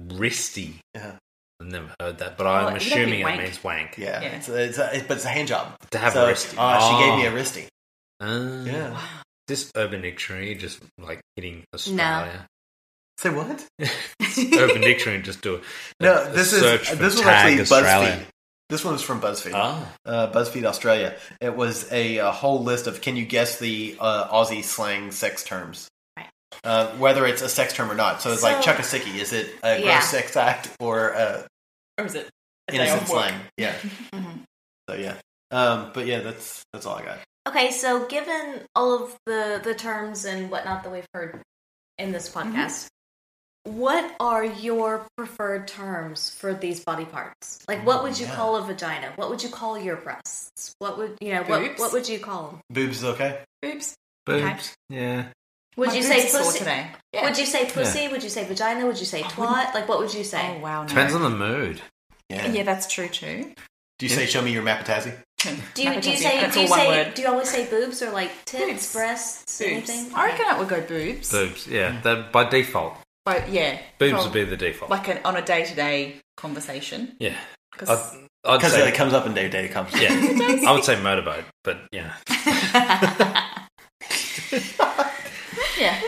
Speaker 6: Risty.
Speaker 5: Yeah.
Speaker 6: I've never heard that, but I'm
Speaker 5: Well, you don't
Speaker 6: assuming
Speaker 5: mean
Speaker 6: it
Speaker 5: wank.
Speaker 6: means wank.
Speaker 5: Yeah, It's a, it's a, it, but it's a hand job.
Speaker 6: To have
Speaker 5: So,
Speaker 6: a wristy.
Speaker 5: Uh, She gave me a
Speaker 6: Oh.
Speaker 5: wristy.
Speaker 6: Oh.
Speaker 5: Yeah.
Speaker 6: This Urban Dictionary just like hitting Australia.
Speaker 5: Say what?
Speaker 6: Urban Dictionary <laughs> just do it.
Speaker 5: No, this is this was actually BuzzFeed. This one was from BuzzFeed.
Speaker 6: Ah.
Speaker 5: Uh, BuzzFeed Australia. It was a, a whole list of can you guess the uh, Aussie slang sex terms,
Speaker 7: Right.
Speaker 5: uh, whether it's a sex term or not. So it's like
Speaker 7: So-
Speaker 5: chuck a sickie. Is it a
Speaker 7: Yeah.
Speaker 5: gross sex act or a
Speaker 8: Or is it? a day
Speaker 5: innocent
Speaker 8: off work?
Speaker 5: slang?
Speaker 7: <laughs>
Speaker 5: Yeah.
Speaker 7: Mhm.
Speaker 5: So yeah. Um, but yeah, that's that's all I got.
Speaker 7: Okay, so given all of the the terms and whatnot that we've heard in this
Speaker 8: Mm-hmm.
Speaker 7: podcast, what are your preferred terms for these body parts? Like,
Speaker 8: Oh,
Speaker 7: what would you
Speaker 5: Yeah.
Speaker 7: call a vagina? What would you call your breasts? What would you know? What
Speaker 8: Boobs?
Speaker 7: what would you call them?
Speaker 5: Boobs is okay.
Speaker 8: Boobs.
Speaker 6: Boobs. Yeah.
Speaker 7: Would
Speaker 8: My
Speaker 7: you
Speaker 8: boobs
Speaker 7: say
Speaker 8: are sore
Speaker 7: pussy?
Speaker 8: today.
Speaker 7: Would you say
Speaker 6: Yeah.
Speaker 7: pussy? Would you say vagina? Would you say twat? Like, what would you say?
Speaker 8: Oh wow.
Speaker 6: Depends on the mood.
Speaker 5: Yeah.
Speaker 8: Yeah, that's true too.
Speaker 5: Do you say show me your mapatazzi?
Speaker 7: Do you, do you
Speaker 8: Appetizing,
Speaker 7: say
Speaker 8: Oh, that's
Speaker 7: do you
Speaker 8: all one
Speaker 7: say
Speaker 8: word.
Speaker 7: do you always say boobs or like tits,
Speaker 8: Boobs.
Speaker 7: breasts, anything?
Speaker 8: Boobs. I reckon that would go boobs.
Speaker 6: Boobs.
Speaker 5: Mm.
Speaker 6: Yeah. That by default,
Speaker 8: But yeah,
Speaker 6: boobs
Speaker 8: from-
Speaker 6: would be the default.
Speaker 8: like an, on a day to day conversation.
Speaker 6: yeah.
Speaker 8: 'Cause-
Speaker 6: I'd- I'd
Speaker 5: Because
Speaker 6: say-
Speaker 5: it comes up in day to day conversation.
Speaker 6: Yeah, I would say motorboat, but yeah.
Speaker 5: <laughs>
Speaker 8: Yeah.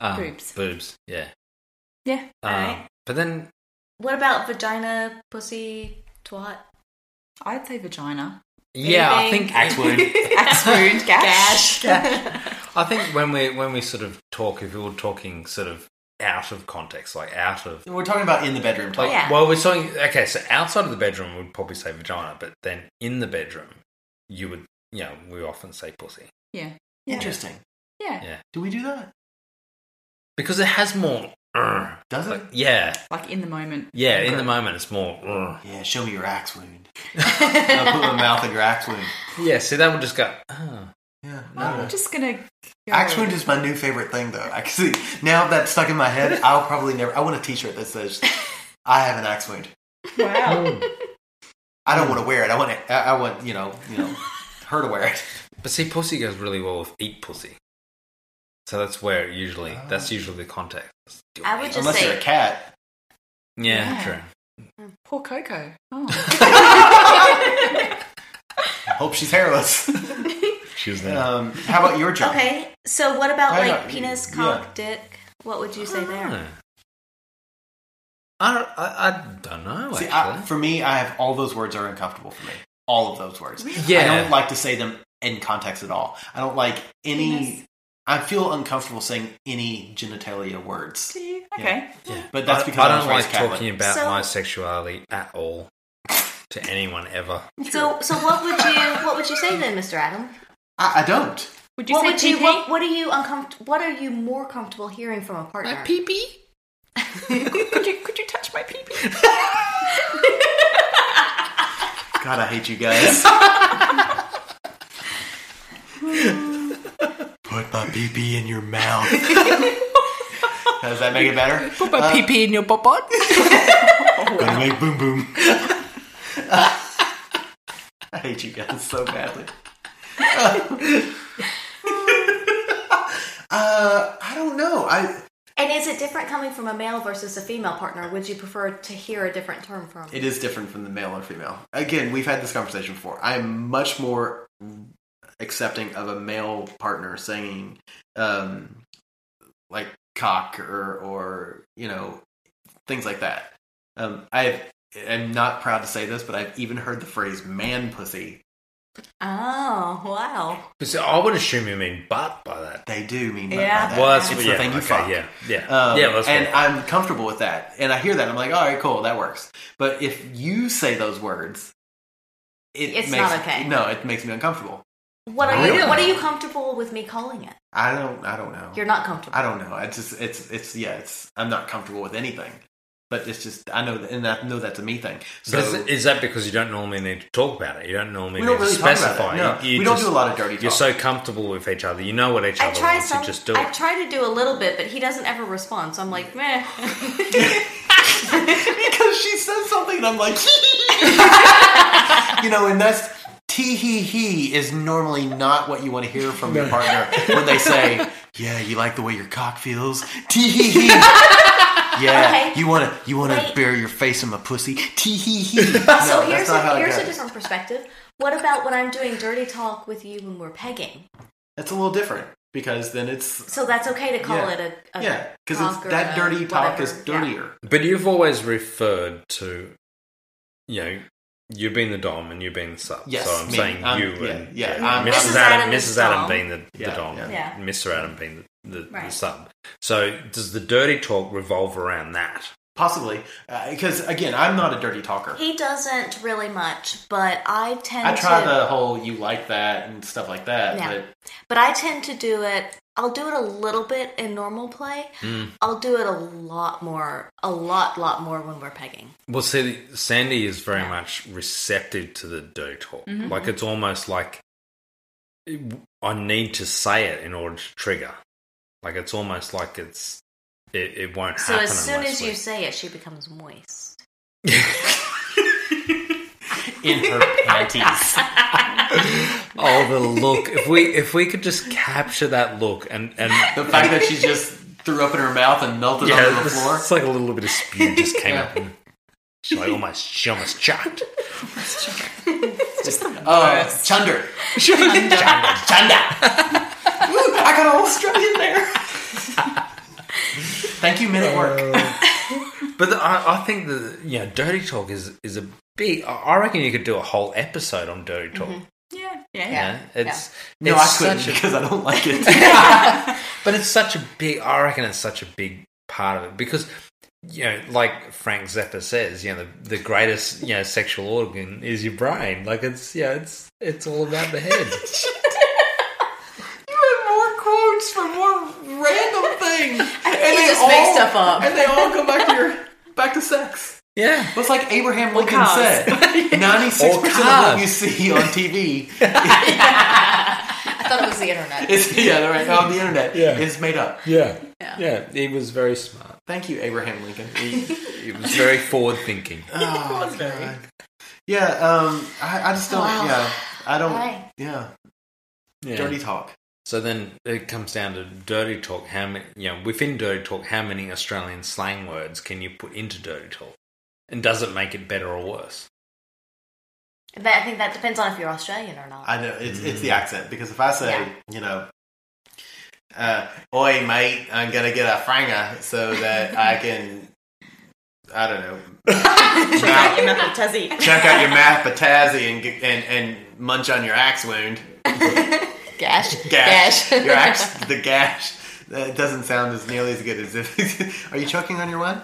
Speaker 6: Um,
Speaker 7: Boobs.
Speaker 6: Boobs, yeah.
Speaker 8: <laughs> Yeah.
Speaker 5: Uh,
Speaker 6: Um,
Speaker 7: Alright.
Speaker 6: But then,
Speaker 7: What about vagina, pussy, twat?
Speaker 8: I'd say vagina. <laughs>
Speaker 6: yeah, I
Speaker 7: Anything.
Speaker 6: think axe wound.
Speaker 8: Axe wound, <laughs> gash.
Speaker 6: I think when we when we sort of talk, if we were talking sort of out of context, like out of
Speaker 5: We're talking about in the bedroom.
Speaker 6: like,
Speaker 5: Talk.
Speaker 7: Yeah.
Speaker 6: well, we're talking okay. So outside of the bedroom, we'd probably say vagina, but then in the bedroom, you would, you know, we often say pussy.
Speaker 8: Yeah.
Speaker 5: Interesting.
Speaker 8: Yeah.
Speaker 6: Yeah,
Speaker 5: Do we do that?
Speaker 6: because it has more. "er."
Speaker 5: Does it?
Speaker 6: Like, yeah,
Speaker 8: Like in the moment.
Speaker 6: yeah. In the moment, it's more. "er."
Speaker 5: Yeah, show me your
Speaker 7: <laughs>
Speaker 5: axe wound. I put my mouth in your axe wound.
Speaker 6: Yeah. See, that would just go. "Oh."
Speaker 5: Yeah.
Speaker 8: I'm
Speaker 5: no.
Speaker 8: just gonna. Go.
Speaker 5: Axe wound is my new favorite thing, though. I can see now that's stuck in my head. I'll probably never. I want a T-shirt that says, "I have an axe wound."
Speaker 8: Wow.
Speaker 6: mm.
Speaker 5: I don't want to wear it. I want. It, I I want you know,
Speaker 7: <laughs>
Speaker 5: you know, her to wear it.
Speaker 6: But see, pussy goes really well with eat pussy. So that's where it usually that's usually the context.
Speaker 7: I would just
Speaker 5: Unless
Speaker 7: say
Speaker 5: you're a cat.
Speaker 6: Yeah,
Speaker 8: Yeah.
Speaker 6: true.
Speaker 8: Poor Coco. Oh.
Speaker 6: <laughs>
Speaker 5: I hope
Speaker 7: <laughs>
Speaker 5: she's hairless.
Speaker 6: She was there.
Speaker 5: um, how about your job?
Speaker 7: Okay, so what about
Speaker 5: Why
Speaker 7: like
Speaker 5: not?
Speaker 7: penis,
Speaker 5: Yeah.
Speaker 7: cock, dick? What would you say
Speaker 6: I don't
Speaker 7: there?
Speaker 6: know. I don't, I, I don't know.
Speaker 5: See, I,
Speaker 6: actually.
Speaker 5: for me, I have all those words are uncomfortable for me. All of those words. I
Speaker 6: Yeah.
Speaker 5: don't like to say them in context at all. I don't like any. I feel uncomfortable saying any genitalia words.
Speaker 8: Okay.
Speaker 6: Yeah.
Speaker 5: But that's
Speaker 6: I-
Speaker 5: because
Speaker 6: I,
Speaker 5: I was
Speaker 6: don't
Speaker 5: raised
Speaker 6: like
Speaker 5: Catholic.
Speaker 6: talking about
Speaker 7: So-
Speaker 6: my sexuality at all to anyone ever.
Speaker 7: So, so what would you what would you say then, Mr. Adam?
Speaker 5: I, I don't.
Speaker 8: Would you
Speaker 7: What
Speaker 8: say
Speaker 7: would you
Speaker 8: PP?
Speaker 7: what, what are you uncomfortable? What are you more comfortable hearing from a partner?
Speaker 8: pee. <laughs> could you could you touch my pee pee?
Speaker 5: <laughs> God, I hate you
Speaker 6: <laughs>
Speaker 5: guys. Put my pee in your mouth. Does that make it better?
Speaker 8: Put
Speaker 6: Uh,
Speaker 8: my pee pee in your bop <laughs> bop.
Speaker 5: Gonna make boom boom. <laughs> I hate you guys so badly. <laughs> uh, I don't know. I
Speaker 7: And is it different coming from a male versus a female partner? Would you prefer to hear a different term from?
Speaker 5: It is different from the male or female. Again, we've had this conversation before. I am much more accepting of a male partner saying um, like cock or or you know things like that. Um, I am not proud to say this, but I've even heard the phrase "man pussy."
Speaker 7: Oh, wow.
Speaker 6: Because I would assume you mean butt by that.
Speaker 5: They do mean butt by
Speaker 7: Yeah.
Speaker 5: that.
Speaker 6: Well, that's
Speaker 5: it's
Speaker 6: yeah,
Speaker 5: the thing you
Speaker 6: okay,
Speaker 5: fuck.
Speaker 6: Yeah, yeah,
Speaker 5: Um,
Speaker 6: yeah. That's
Speaker 5: and
Speaker 6: and
Speaker 5: I'm comfortable with that. And I hear that. I'm like, all right, cool, that works. But if you say those words, it
Speaker 7: It's
Speaker 5: makes,
Speaker 7: not okay.
Speaker 5: No, it makes me uncomfortable.
Speaker 7: What are
Speaker 5: Really?
Speaker 7: you what are you comfortable with me calling it?
Speaker 5: I don't. I don't know.
Speaker 7: You're not comfortable.
Speaker 5: I don't know. It's just. It's. It's. Yeah. It's. I'm not comfortable with anything. But it's just. I know. That, and I know that's a me thing. So
Speaker 6: is, is that because you don't normally need to talk about it? You don't normally
Speaker 5: We don't
Speaker 6: need
Speaker 5: really
Speaker 6: to
Speaker 5: talk about
Speaker 6: specify.
Speaker 5: it, no.
Speaker 6: You- you
Speaker 5: We don't do a lot of dirty
Speaker 6: You're
Speaker 5: talk.
Speaker 6: so comfortable with each other. You know what each
Speaker 7: I
Speaker 6: other
Speaker 7: try
Speaker 6: wants.
Speaker 7: some,
Speaker 6: You just do
Speaker 7: I
Speaker 6: it.
Speaker 7: try to do a little bit, but he doesn't ever respond. So I'm like, meh.
Speaker 5: because she says something, and I'm like, <laughs> you know, and that's tee hee hee is normally not what you want to hear from your partner when they say, "Yeah, you like the way your cock feels." Tee
Speaker 7: <laughs>
Speaker 5: hee hee. Yeah,
Speaker 7: Okay.
Speaker 5: you want to you want to
Speaker 7: Wait.
Speaker 5: bury your face in my pussy. Tee hee hee. No,
Speaker 7: Uh, so here's
Speaker 5: that's not how
Speaker 7: a,
Speaker 5: it
Speaker 7: here's a
Speaker 5: goes.
Speaker 7: different perspective. What about when I'm doing dirty talk with you when we're pegging?
Speaker 5: That's a little different because then it's
Speaker 7: So that's okay to call
Speaker 5: Yeah.
Speaker 7: it a, a
Speaker 5: yeah because
Speaker 7: cock
Speaker 5: it's
Speaker 7: or
Speaker 5: that
Speaker 7: a
Speaker 5: dirty talk
Speaker 7: whatever.
Speaker 5: is
Speaker 7: Yeah.
Speaker 5: dirtier.
Speaker 6: But you've always referred to, you know, you being the dom and you being the sub.
Speaker 5: Yes,
Speaker 6: so I'm
Speaker 5: me.
Speaker 6: saying
Speaker 5: I'm-
Speaker 6: you
Speaker 5: yeah,
Speaker 6: and
Speaker 5: yeah, Um, I'm-
Speaker 6: Mrs.
Speaker 7: Mrs.
Speaker 6: Adam,
Speaker 7: Adam is
Speaker 6: Mrs.
Speaker 7: the
Speaker 6: Adam
Speaker 7: dom.
Speaker 6: being the, the
Speaker 5: Yeah,
Speaker 6: dom,
Speaker 5: yeah.
Speaker 7: Yeah.
Speaker 6: Mr. Adam being the, the, the
Speaker 7: Right.
Speaker 6: sub. So does the dirty talk revolve around that?
Speaker 5: Possibly because again, I'm not a dirty talker.
Speaker 7: He doesn't really much, but I tend
Speaker 5: I try
Speaker 7: to
Speaker 5: the whole "you like that" and stuff like that,
Speaker 7: Yeah.
Speaker 5: but
Speaker 7: But I tend to do it. I'll do it a little bit in normal play.
Speaker 5: Hmm.
Speaker 7: I'll do it a lot more, a lot, lot more when we're pegging.
Speaker 6: Well, see, Sandy is very much receptive to the dirty talk.
Speaker 7: Mm-hmm.
Speaker 6: Like it's almost like it- I need to say it in order to trigger. Like it's almost like it's it, it won't
Speaker 7: So
Speaker 6: happen.
Speaker 7: as soon
Speaker 6: unless
Speaker 7: as
Speaker 6: we-
Speaker 7: you say it, she becomes moist.
Speaker 5: in her panties.
Speaker 6: Oh, the look! If we if we could just capture that look and and
Speaker 5: <laughs> The fact that she just threw up in her mouth and melted
Speaker 6: yeah,
Speaker 5: onto <laughs> the
Speaker 6: it's,
Speaker 5: floor.
Speaker 6: it's like a little bit of
Speaker 7: <laughs>
Speaker 6: spew just came
Speaker 5: Yeah.
Speaker 6: up. And she like almost she almost chucked.
Speaker 5: Uh, chunder. Chunder. Chunder. Ooh, I got a whole string in <laughs> there. Thank you, men at work.
Speaker 6: But the, I, I think the you know dirty talk is is a big. I- I reckon you could do a whole episode on dirty
Speaker 7: Mm-hmm.
Speaker 6: talk.
Speaker 8: Yeah, yeah,
Speaker 6: you know?
Speaker 8: yeah.
Speaker 6: it's
Speaker 5: No, I
Speaker 6: it's
Speaker 5: couldn't
Speaker 6: such a-
Speaker 5: because I don't like <laughs> it.
Speaker 6: But it's such a big. I reckon it's such a big part of it because you know, like Frank Zappa says, you know, the, the greatest you know sexual organ is your brain. Like it's yeah, it's it's all about the head. <laughs>
Speaker 5: You had more quotes for more random <laughs> things, and
Speaker 8: he just makes stuff up.
Speaker 5: and they all go back to your back to sex.
Speaker 6: yeah.
Speaker 5: Well, it's like Abraham Lincoln
Speaker 8: cars.
Speaker 5: <laughs> said: ninety-six percent of what you see on TV
Speaker 8: I thought it was the
Speaker 6: <laughs>
Speaker 8: internet.
Speaker 5: is yeah, right on the internet
Speaker 6: Yeah.
Speaker 5: is made up.
Speaker 6: Yeah.
Speaker 8: Yeah.
Speaker 6: Yeah. He was very smart.
Speaker 5: Thank you, Abraham
Speaker 6: <laughs>
Speaker 5: Lincoln.
Speaker 6: He was very forward <laughs> thinking.
Speaker 5: Oh, God. Yeah, um, I, I just don't.
Speaker 7: Oh, Wow.
Speaker 5: Yeah, I don't.
Speaker 7: Right.
Speaker 5: Yeah,
Speaker 6: Yeah.
Speaker 5: dirty talk.
Speaker 6: So then it comes down to dirty talk. How many, you know, within dirty talk, how many Australian slang words can you put into dirty talk? And does it make it better or worse?
Speaker 7: That, I think that depends on if you're Australian or not.
Speaker 5: I know it's it's the accent because if I say
Speaker 7: Yeah.
Speaker 5: you know, uh, "Oi, mate, I'm gonna get a franger so
Speaker 7: <laughs>
Speaker 5: that I can," I don't know, check out your mouth, check out your mouth, and get- and and munch on your axe wound.
Speaker 8: Gash.
Speaker 5: gash.
Speaker 8: Gash.
Speaker 5: Your
Speaker 8: <laughs>
Speaker 5: axe, the gash. That doesn't sound as nearly as good as if. <laughs> Are you choking on your wine?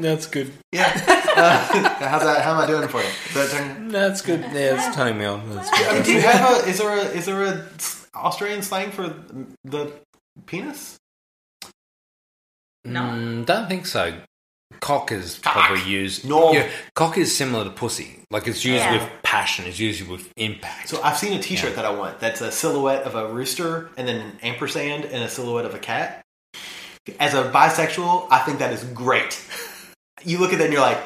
Speaker 6: that's good.
Speaker 5: Yeah. Uh, <laughs> how's that? How am I doing for you? Is that turning-
Speaker 6: That's good. Yeah, it's time out. That's
Speaker 5: I mean, do you have a? Is there a? Is there a s- Australian slang for the penis?
Speaker 6: No, Mm, don't think so. Cock is probably used.
Speaker 5: No.
Speaker 6: yeah, cock is similar to pussy. Like it's used
Speaker 7: Yeah.
Speaker 6: with passion. It's used with impact.
Speaker 5: So I've seen a T-shirt that I want. That's a silhouette of a rooster and then an ampersand and a silhouette of a cat. As a bisexual, I think that is great. <laughs> You look at that and you're like,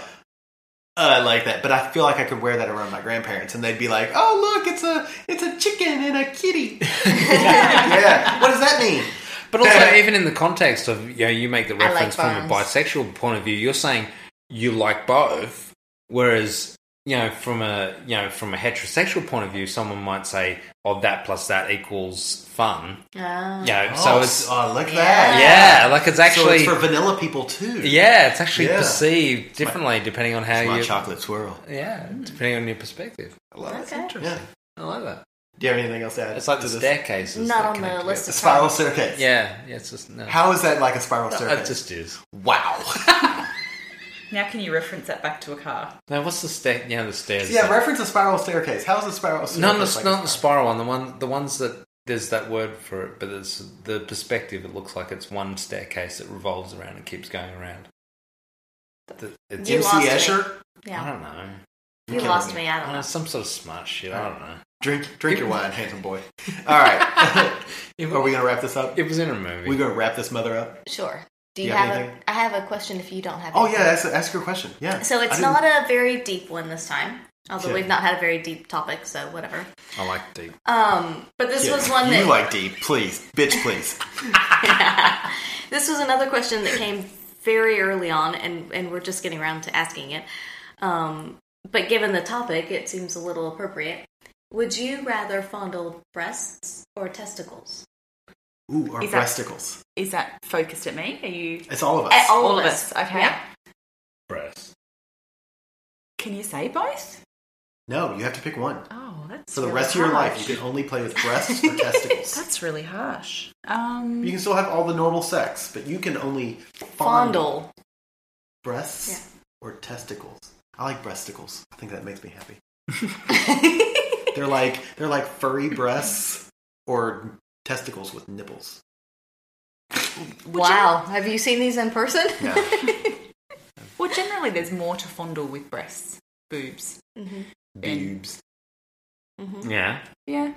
Speaker 5: uh, I like that, but I feel like I could wear that around my grandparents, and they'd be like, "Oh, look, it's a it's a chicken and a
Speaker 6: <laughs>
Speaker 5: kitty." yeah. What does that mean?
Speaker 6: But also, even in the context of you know, you make the
Speaker 8: like
Speaker 6: reference from a
Speaker 8: bones.
Speaker 6: bisexual point of view, you're saying you like both, whereas you know, from a you know, from a heterosexual point of view, someone might say, "Oh, that plus that equals fun."
Speaker 7: Ah.
Speaker 6: Yeah,
Speaker 5: Oh,
Speaker 6: so it's
Speaker 5: oh, look at that.
Speaker 6: Yeah, like it's
Speaker 5: So
Speaker 6: actually
Speaker 5: for vanilla people too.
Speaker 6: Yeah, it's actually
Speaker 5: Yeah.
Speaker 6: perceived differently depending on how
Speaker 5: it's my
Speaker 6: you
Speaker 5: chocolate swirl.
Speaker 6: Yeah, depending on your perspective. I love
Speaker 7: Okay.
Speaker 6: interesting. I like that.
Speaker 5: Do you have anything else to add?
Speaker 6: It's like
Speaker 5: to
Speaker 6: the
Speaker 5: this?
Speaker 6: staircases.
Speaker 7: Not
Speaker 6: that
Speaker 7: on the
Speaker 6: connect
Speaker 7: list
Speaker 6: together. <laughs>
Speaker 7: of
Speaker 5: Spiral staircase.
Speaker 6: Yeah, yeah, it's just no.
Speaker 5: How is that like a spiral
Speaker 6: No,
Speaker 5: staircase?
Speaker 6: It just is.
Speaker 5: Wow.
Speaker 11: Now, can you reference that back to a car?
Speaker 6: Now, what's the stair? Yeah, the stairs.
Speaker 5: yeah, reference a spiral staircase. How's a spiral staircase?
Speaker 6: Not the
Speaker 5: like a
Speaker 6: not the spiral one. The one the ones that there's that word for it, but it's the perspective. It looks like it's one staircase that revolves around and keeps going around. The, it's
Speaker 7: You lost me.
Speaker 6: I
Speaker 7: Yeah.
Speaker 6: don't know.
Speaker 7: You lost me. I don't know.
Speaker 6: Some sort of smart shit. I don't know.
Speaker 5: Drink, drink
Speaker 6: <laughs>
Speaker 5: your wine, handsome boy. All right. Are we going to wrap this up?
Speaker 6: It was in a movie.
Speaker 5: We're going to wrap this mother up.
Speaker 7: Sure. Do you,
Speaker 5: Do you have
Speaker 7: have,
Speaker 5: anything?
Speaker 7: a? I have a question. If you don't have.
Speaker 5: Oh
Speaker 7: anything.
Speaker 5: yeah, ask, ask your question. Yeah.
Speaker 7: So
Speaker 5: I
Speaker 7: it's
Speaker 5: didn't-
Speaker 7: not a very deep one this time, although
Speaker 5: Yeah.
Speaker 7: we've not had a very deep topic. So whatever.
Speaker 6: I like deep.
Speaker 7: Um, but this
Speaker 5: Yeah,
Speaker 7: was one that
Speaker 5: you like deep, please, bitch, please.
Speaker 7: <laughs> this was another question that came very early on, and, and we're just getting around to asking it. Um, but given the topic, it seems a little appropriate. Would you rather fondle breasts or testicles?
Speaker 5: Ooh, or
Speaker 8: Is that-
Speaker 5: breasticles.
Speaker 8: Is that focused at me? Are you?
Speaker 5: It's all of us.
Speaker 8: At all, of us. Okay.
Speaker 7: Yeah.
Speaker 6: Breast.
Speaker 8: Can you say both?
Speaker 5: No, you have to pick one.
Speaker 8: Oh, that's
Speaker 5: For the
Speaker 8: really
Speaker 5: rest of your
Speaker 8: harsh.
Speaker 5: life, you can only play with breasts or testicles.
Speaker 8: That's really harsh. Um,
Speaker 5: You can still have all the normal sex, but you can only fondle,
Speaker 7: Fondle.
Speaker 5: breasts
Speaker 7: Yeah.
Speaker 5: or testicles. I like breasticles. I think that makes me happy.
Speaker 7: <laughs>
Speaker 5: they're like they're like furry breasts or testicles with nipples.
Speaker 7: Wow. Have you seen these in person?
Speaker 5: No.
Speaker 7: <laughs>
Speaker 8: well, generally, there's more to fondle with breasts, boobs.
Speaker 7: hmm
Speaker 6: Boobs.
Speaker 7: hmm
Speaker 6: Yeah.
Speaker 8: Yeah.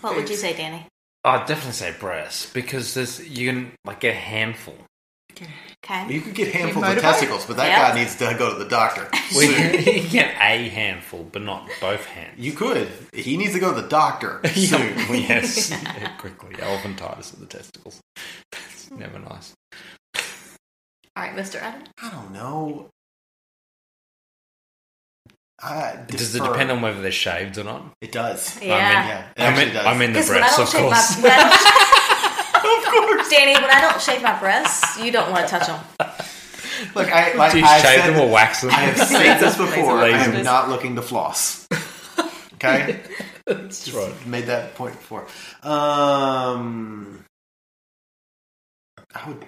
Speaker 7: What would you say, Danny?
Speaker 6: I'd definitely say breasts because there's you can like get a <laughs> handful.
Speaker 7: Okay.
Speaker 5: You could get handfuls of
Speaker 8: motorbike?
Speaker 5: testicles, but that
Speaker 7: Yeah.
Speaker 5: guy needs to go to the doctor.
Speaker 6: Well, <laughs> you,
Speaker 5: soon.
Speaker 6: can, you can get a handful, but not both hands. <laughs>
Speaker 5: you could. He needs to go to the doctor soon.
Speaker 6: Yeah, well, <laughs> yes, yeah, quickly. Elephantitis of the testicles. That's never nice.
Speaker 7: All right, Mr. Adam.
Speaker 5: I don't know. I
Speaker 6: Does it
Speaker 5: defer.
Speaker 6: depend on whether they're shaved or not?
Speaker 5: It does.
Speaker 7: Yeah.
Speaker 5: Yeah, it
Speaker 6: I'm
Speaker 5: actually
Speaker 6: in,
Speaker 5: does.
Speaker 6: I'm in the
Speaker 7: 'Cause when I
Speaker 6: breasts,
Speaker 7: don't
Speaker 6: of
Speaker 7: shave my-
Speaker 6: course.
Speaker 7: when I
Speaker 6: <laughs>
Speaker 7: don't- Danny, when I don't shave my breasts, you don't want to touch them.
Speaker 5: Look,
Speaker 6: <laughs>
Speaker 5: I, like,
Speaker 6: Do you
Speaker 5: I've
Speaker 6: shave
Speaker 5: said-
Speaker 6: them or wax them?
Speaker 5: I
Speaker 6: <laughs>
Speaker 5: have said this before. I am
Speaker 6: Laziness.
Speaker 5: not looking to floss. Okay,
Speaker 6: <laughs> That's right.
Speaker 5: made that point before. Um, I would.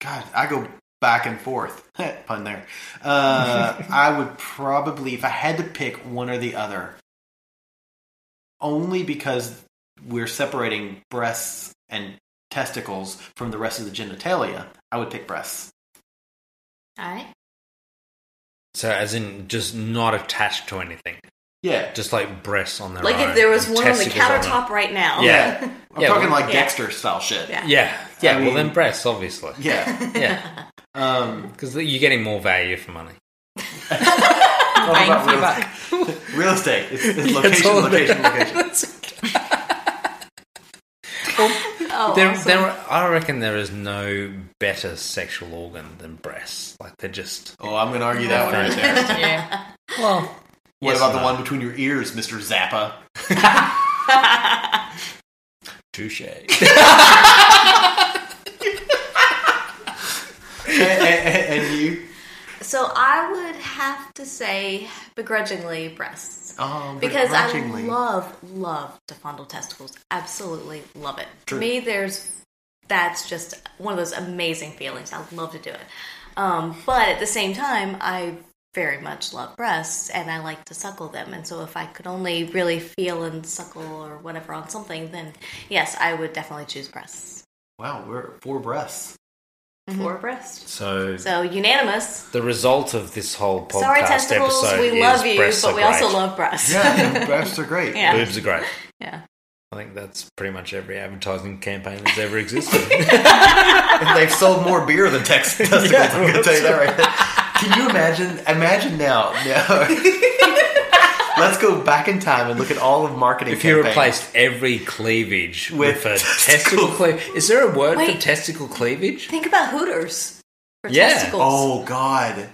Speaker 5: God, I go back and forth. <laughs> Pun there. Uh, I would probably, if I had to pick one or the other, only because we're separating breasts and testicles from the rest of the genitalia, I would pick breasts.
Speaker 7: All right.
Speaker 6: So, as in, just not attached to anything,
Speaker 5: Yeah.
Speaker 6: just like breasts on their
Speaker 7: Like
Speaker 6: own.
Speaker 7: if there was
Speaker 6: and
Speaker 7: one on the
Speaker 6: testicles their own.
Speaker 7: countertop right now.
Speaker 6: Yeah.
Speaker 7: <laughs>
Speaker 5: I'm
Speaker 6: Yeah,
Speaker 5: talking
Speaker 6: well-
Speaker 5: like
Speaker 7: Yeah.
Speaker 5: Dexter style shit.
Speaker 7: Yeah.
Speaker 6: Yeah, yeah.
Speaker 5: I
Speaker 6: well,
Speaker 5: mean-
Speaker 6: then breasts, obviously.
Speaker 7: <laughs>
Speaker 5: Yeah.
Speaker 6: Yeah,
Speaker 5: Um,
Speaker 6: because you're getting more value for money.
Speaker 5: all
Speaker 8: Bang
Speaker 5: about
Speaker 8: for
Speaker 5: real
Speaker 8: your
Speaker 5: estate. <laughs> Real estate. It's, it's
Speaker 6: Yeah,
Speaker 5: location,
Speaker 6: it's all about-
Speaker 5: location, <laughs> location.
Speaker 7: Oh,
Speaker 6: there,
Speaker 7: awesome.
Speaker 6: there, I reckon there is no better sexual organ than breasts. Like they're just.
Speaker 5: Oh, I'm going to argue that one right there.
Speaker 8: yeah.
Speaker 6: Well,
Speaker 5: What about the one between your ears, Mr.
Speaker 7: <laughs>
Speaker 5: Zappa?
Speaker 6: Touche.
Speaker 5: and, and- and you?
Speaker 7: So I would have to say begrudgingly breasts.
Speaker 5: Um,
Speaker 7: Because I love, love to fondle testicles. Absolutely love it.
Speaker 5: True.
Speaker 7: To me, there's that's just one of those amazing feelings. I love to do it. Um, but at the same time, I very much love breasts and I like to suckle them. And so if I could only really feel and suckle or whatever on something, then yes, I would definitely choose breasts.
Speaker 5: Wow, we're four breasts.
Speaker 7: For breasts.
Speaker 6: <laughs> so
Speaker 7: So unanimous.
Speaker 6: the result of this whole Mm-hmm. podcast
Speaker 7: Sorry, testicles.
Speaker 6: episode
Speaker 7: We
Speaker 6: is
Speaker 7: love you,
Speaker 6: breasts
Speaker 7: but
Speaker 6: are
Speaker 7: we also
Speaker 6: great.
Speaker 7: love breasts.
Speaker 5: <laughs> Yeah, breasts are
Speaker 7: <laughs>
Speaker 5: great.
Speaker 7: Yeah.
Speaker 6: boobs are great.
Speaker 7: <laughs> yeah.
Speaker 6: I think that's pretty much every advertising campaign that's ever existed.
Speaker 5: <laughs> And they've sold more beer than tex-
Speaker 6: <laughs>
Speaker 5: testicles. I'm going to tell you that right there. Can you imagine? Imagine now.
Speaker 6: <laughs>
Speaker 5: now. Let's go back in time and look at all of marketing.
Speaker 6: if you
Speaker 5: campaigns.
Speaker 6: replaced every cleavage
Speaker 5: With
Speaker 6: with, a
Speaker 5: testicle.
Speaker 6: testicle cleavage, is there a word
Speaker 7: Wait.
Speaker 6: for testicle cleavage?
Speaker 7: Think about Hooters for
Speaker 6: Yeah.
Speaker 7: testicles.
Speaker 5: Oh God.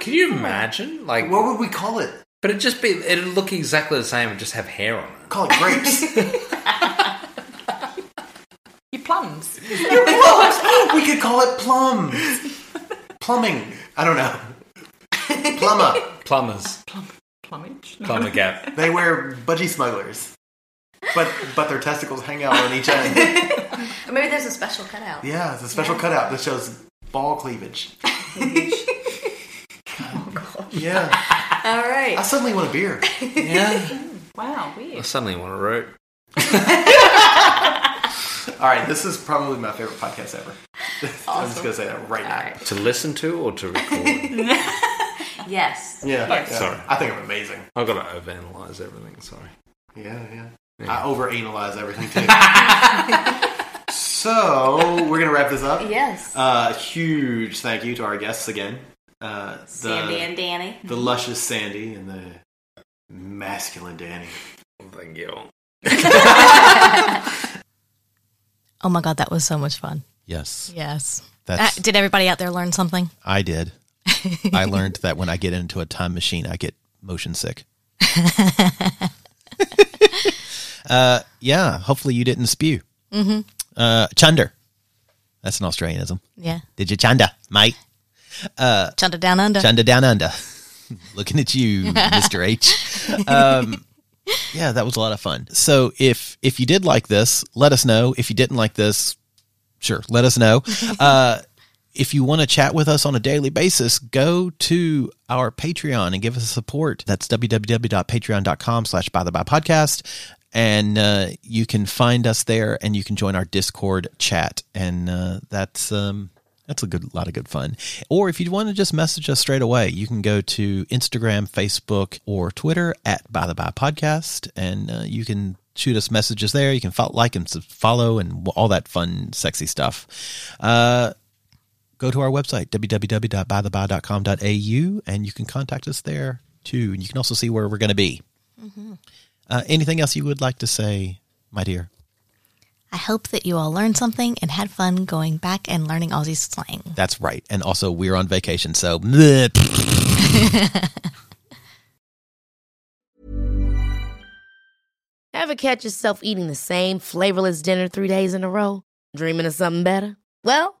Speaker 6: Can you imagine? Like,
Speaker 5: what would we call it?
Speaker 6: But it'd just be, it'd look exactly the same and just have hair on it.
Speaker 5: Call it
Speaker 6: <laughs>
Speaker 5: grapes.
Speaker 8: Your plums.
Speaker 5: Your plums. We could call it plums. Plumbing. I don't know. Plumber.
Speaker 6: Plumbers.
Speaker 8: Plumage?
Speaker 6: <laughs> Plumber gap.
Speaker 5: They wear budgie smugglers, but but their testicles hang out on each end.
Speaker 7: Or maybe there's a special cutout.
Speaker 5: Yeah, it's a special cutout that shows <laughs> ball cleavage. Yeah.
Speaker 7: All right.
Speaker 5: I suddenly want a <laughs> beer.
Speaker 6: Yeah.
Speaker 8: wow,
Speaker 6: I
Speaker 8: weird.
Speaker 6: suddenly want to root.
Speaker 5: All right, this is probably my favorite podcast ever. <laughs> I'm just gonna say that right now.
Speaker 6: To listen to or to record? <laughs>
Speaker 7: Yes.
Speaker 5: Yeah,
Speaker 7: Yes.
Speaker 5: yeah.
Speaker 6: Sorry.
Speaker 5: I think I'm amazing.
Speaker 6: I've got to overanalyze everything, sorry.
Speaker 5: Yeah, yeah.
Speaker 6: Yeah.
Speaker 5: I overanalyze everything
Speaker 6: <laughs>
Speaker 5: too. so we're gonna wrap this up.
Speaker 7: Yes.
Speaker 5: Uh, huge thank you to our guests again. Uh, the,
Speaker 7: Sandy and Danny.
Speaker 5: the luscious Sandy and the masculine Danny.
Speaker 6: Thank you.
Speaker 3: Oh my God, that was so much fun.
Speaker 4: Yes.
Speaker 3: Yes.
Speaker 4: That's-
Speaker 3: Uh, did everybody out there learn something? <laughs>
Speaker 4: I did. I learned that when I get into a time machine, I get
Speaker 3: <laughs>
Speaker 4: motion sick. uh, yeah. Hopefully you didn't spew.
Speaker 3: Mm-hmm.
Speaker 4: Uh, chunder. That's an Australianism.
Speaker 3: Yeah.
Speaker 4: Did you chunder, mate? Uh,
Speaker 3: Chunder down under.
Speaker 4: Chunder down under. <laughs> Looking at you, Mr. H. Um, yeah, that was a lot of fun. So if if you did like this, let us know. If you didn't like this, sure, let us know. Uh, if you want to chat with us on a daily basis, go to our Patreon and give us support. That's www.patreon.com slash by the by podcast. And uh, you can find us there and you can join our Discord chat. And uh, that's um, that's a good lot of good fun. Or if you want to just message us straight away, you can go to Instagram, Facebook, or Twitter at By the By Podcast, and uh, you can shoot us messages there. You can fo- like and sub- follow and all that fun, sexy stuff. Uh, go to our website, www.bytheby.com.au, and you can contact us there too. And you can also see where we're going to be.
Speaker 3: Mhm.
Speaker 4: Uh, anything else you would like to say, my dear?
Speaker 3: I hope that you all learned something and had fun going back and learning Aussie slang.
Speaker 4: That's right. And also, we're on vacation, so. bleh.
Speaker 12: Ever catch yourself eating the same flavorless dinner three days in a row? Dreaming of something better? Well,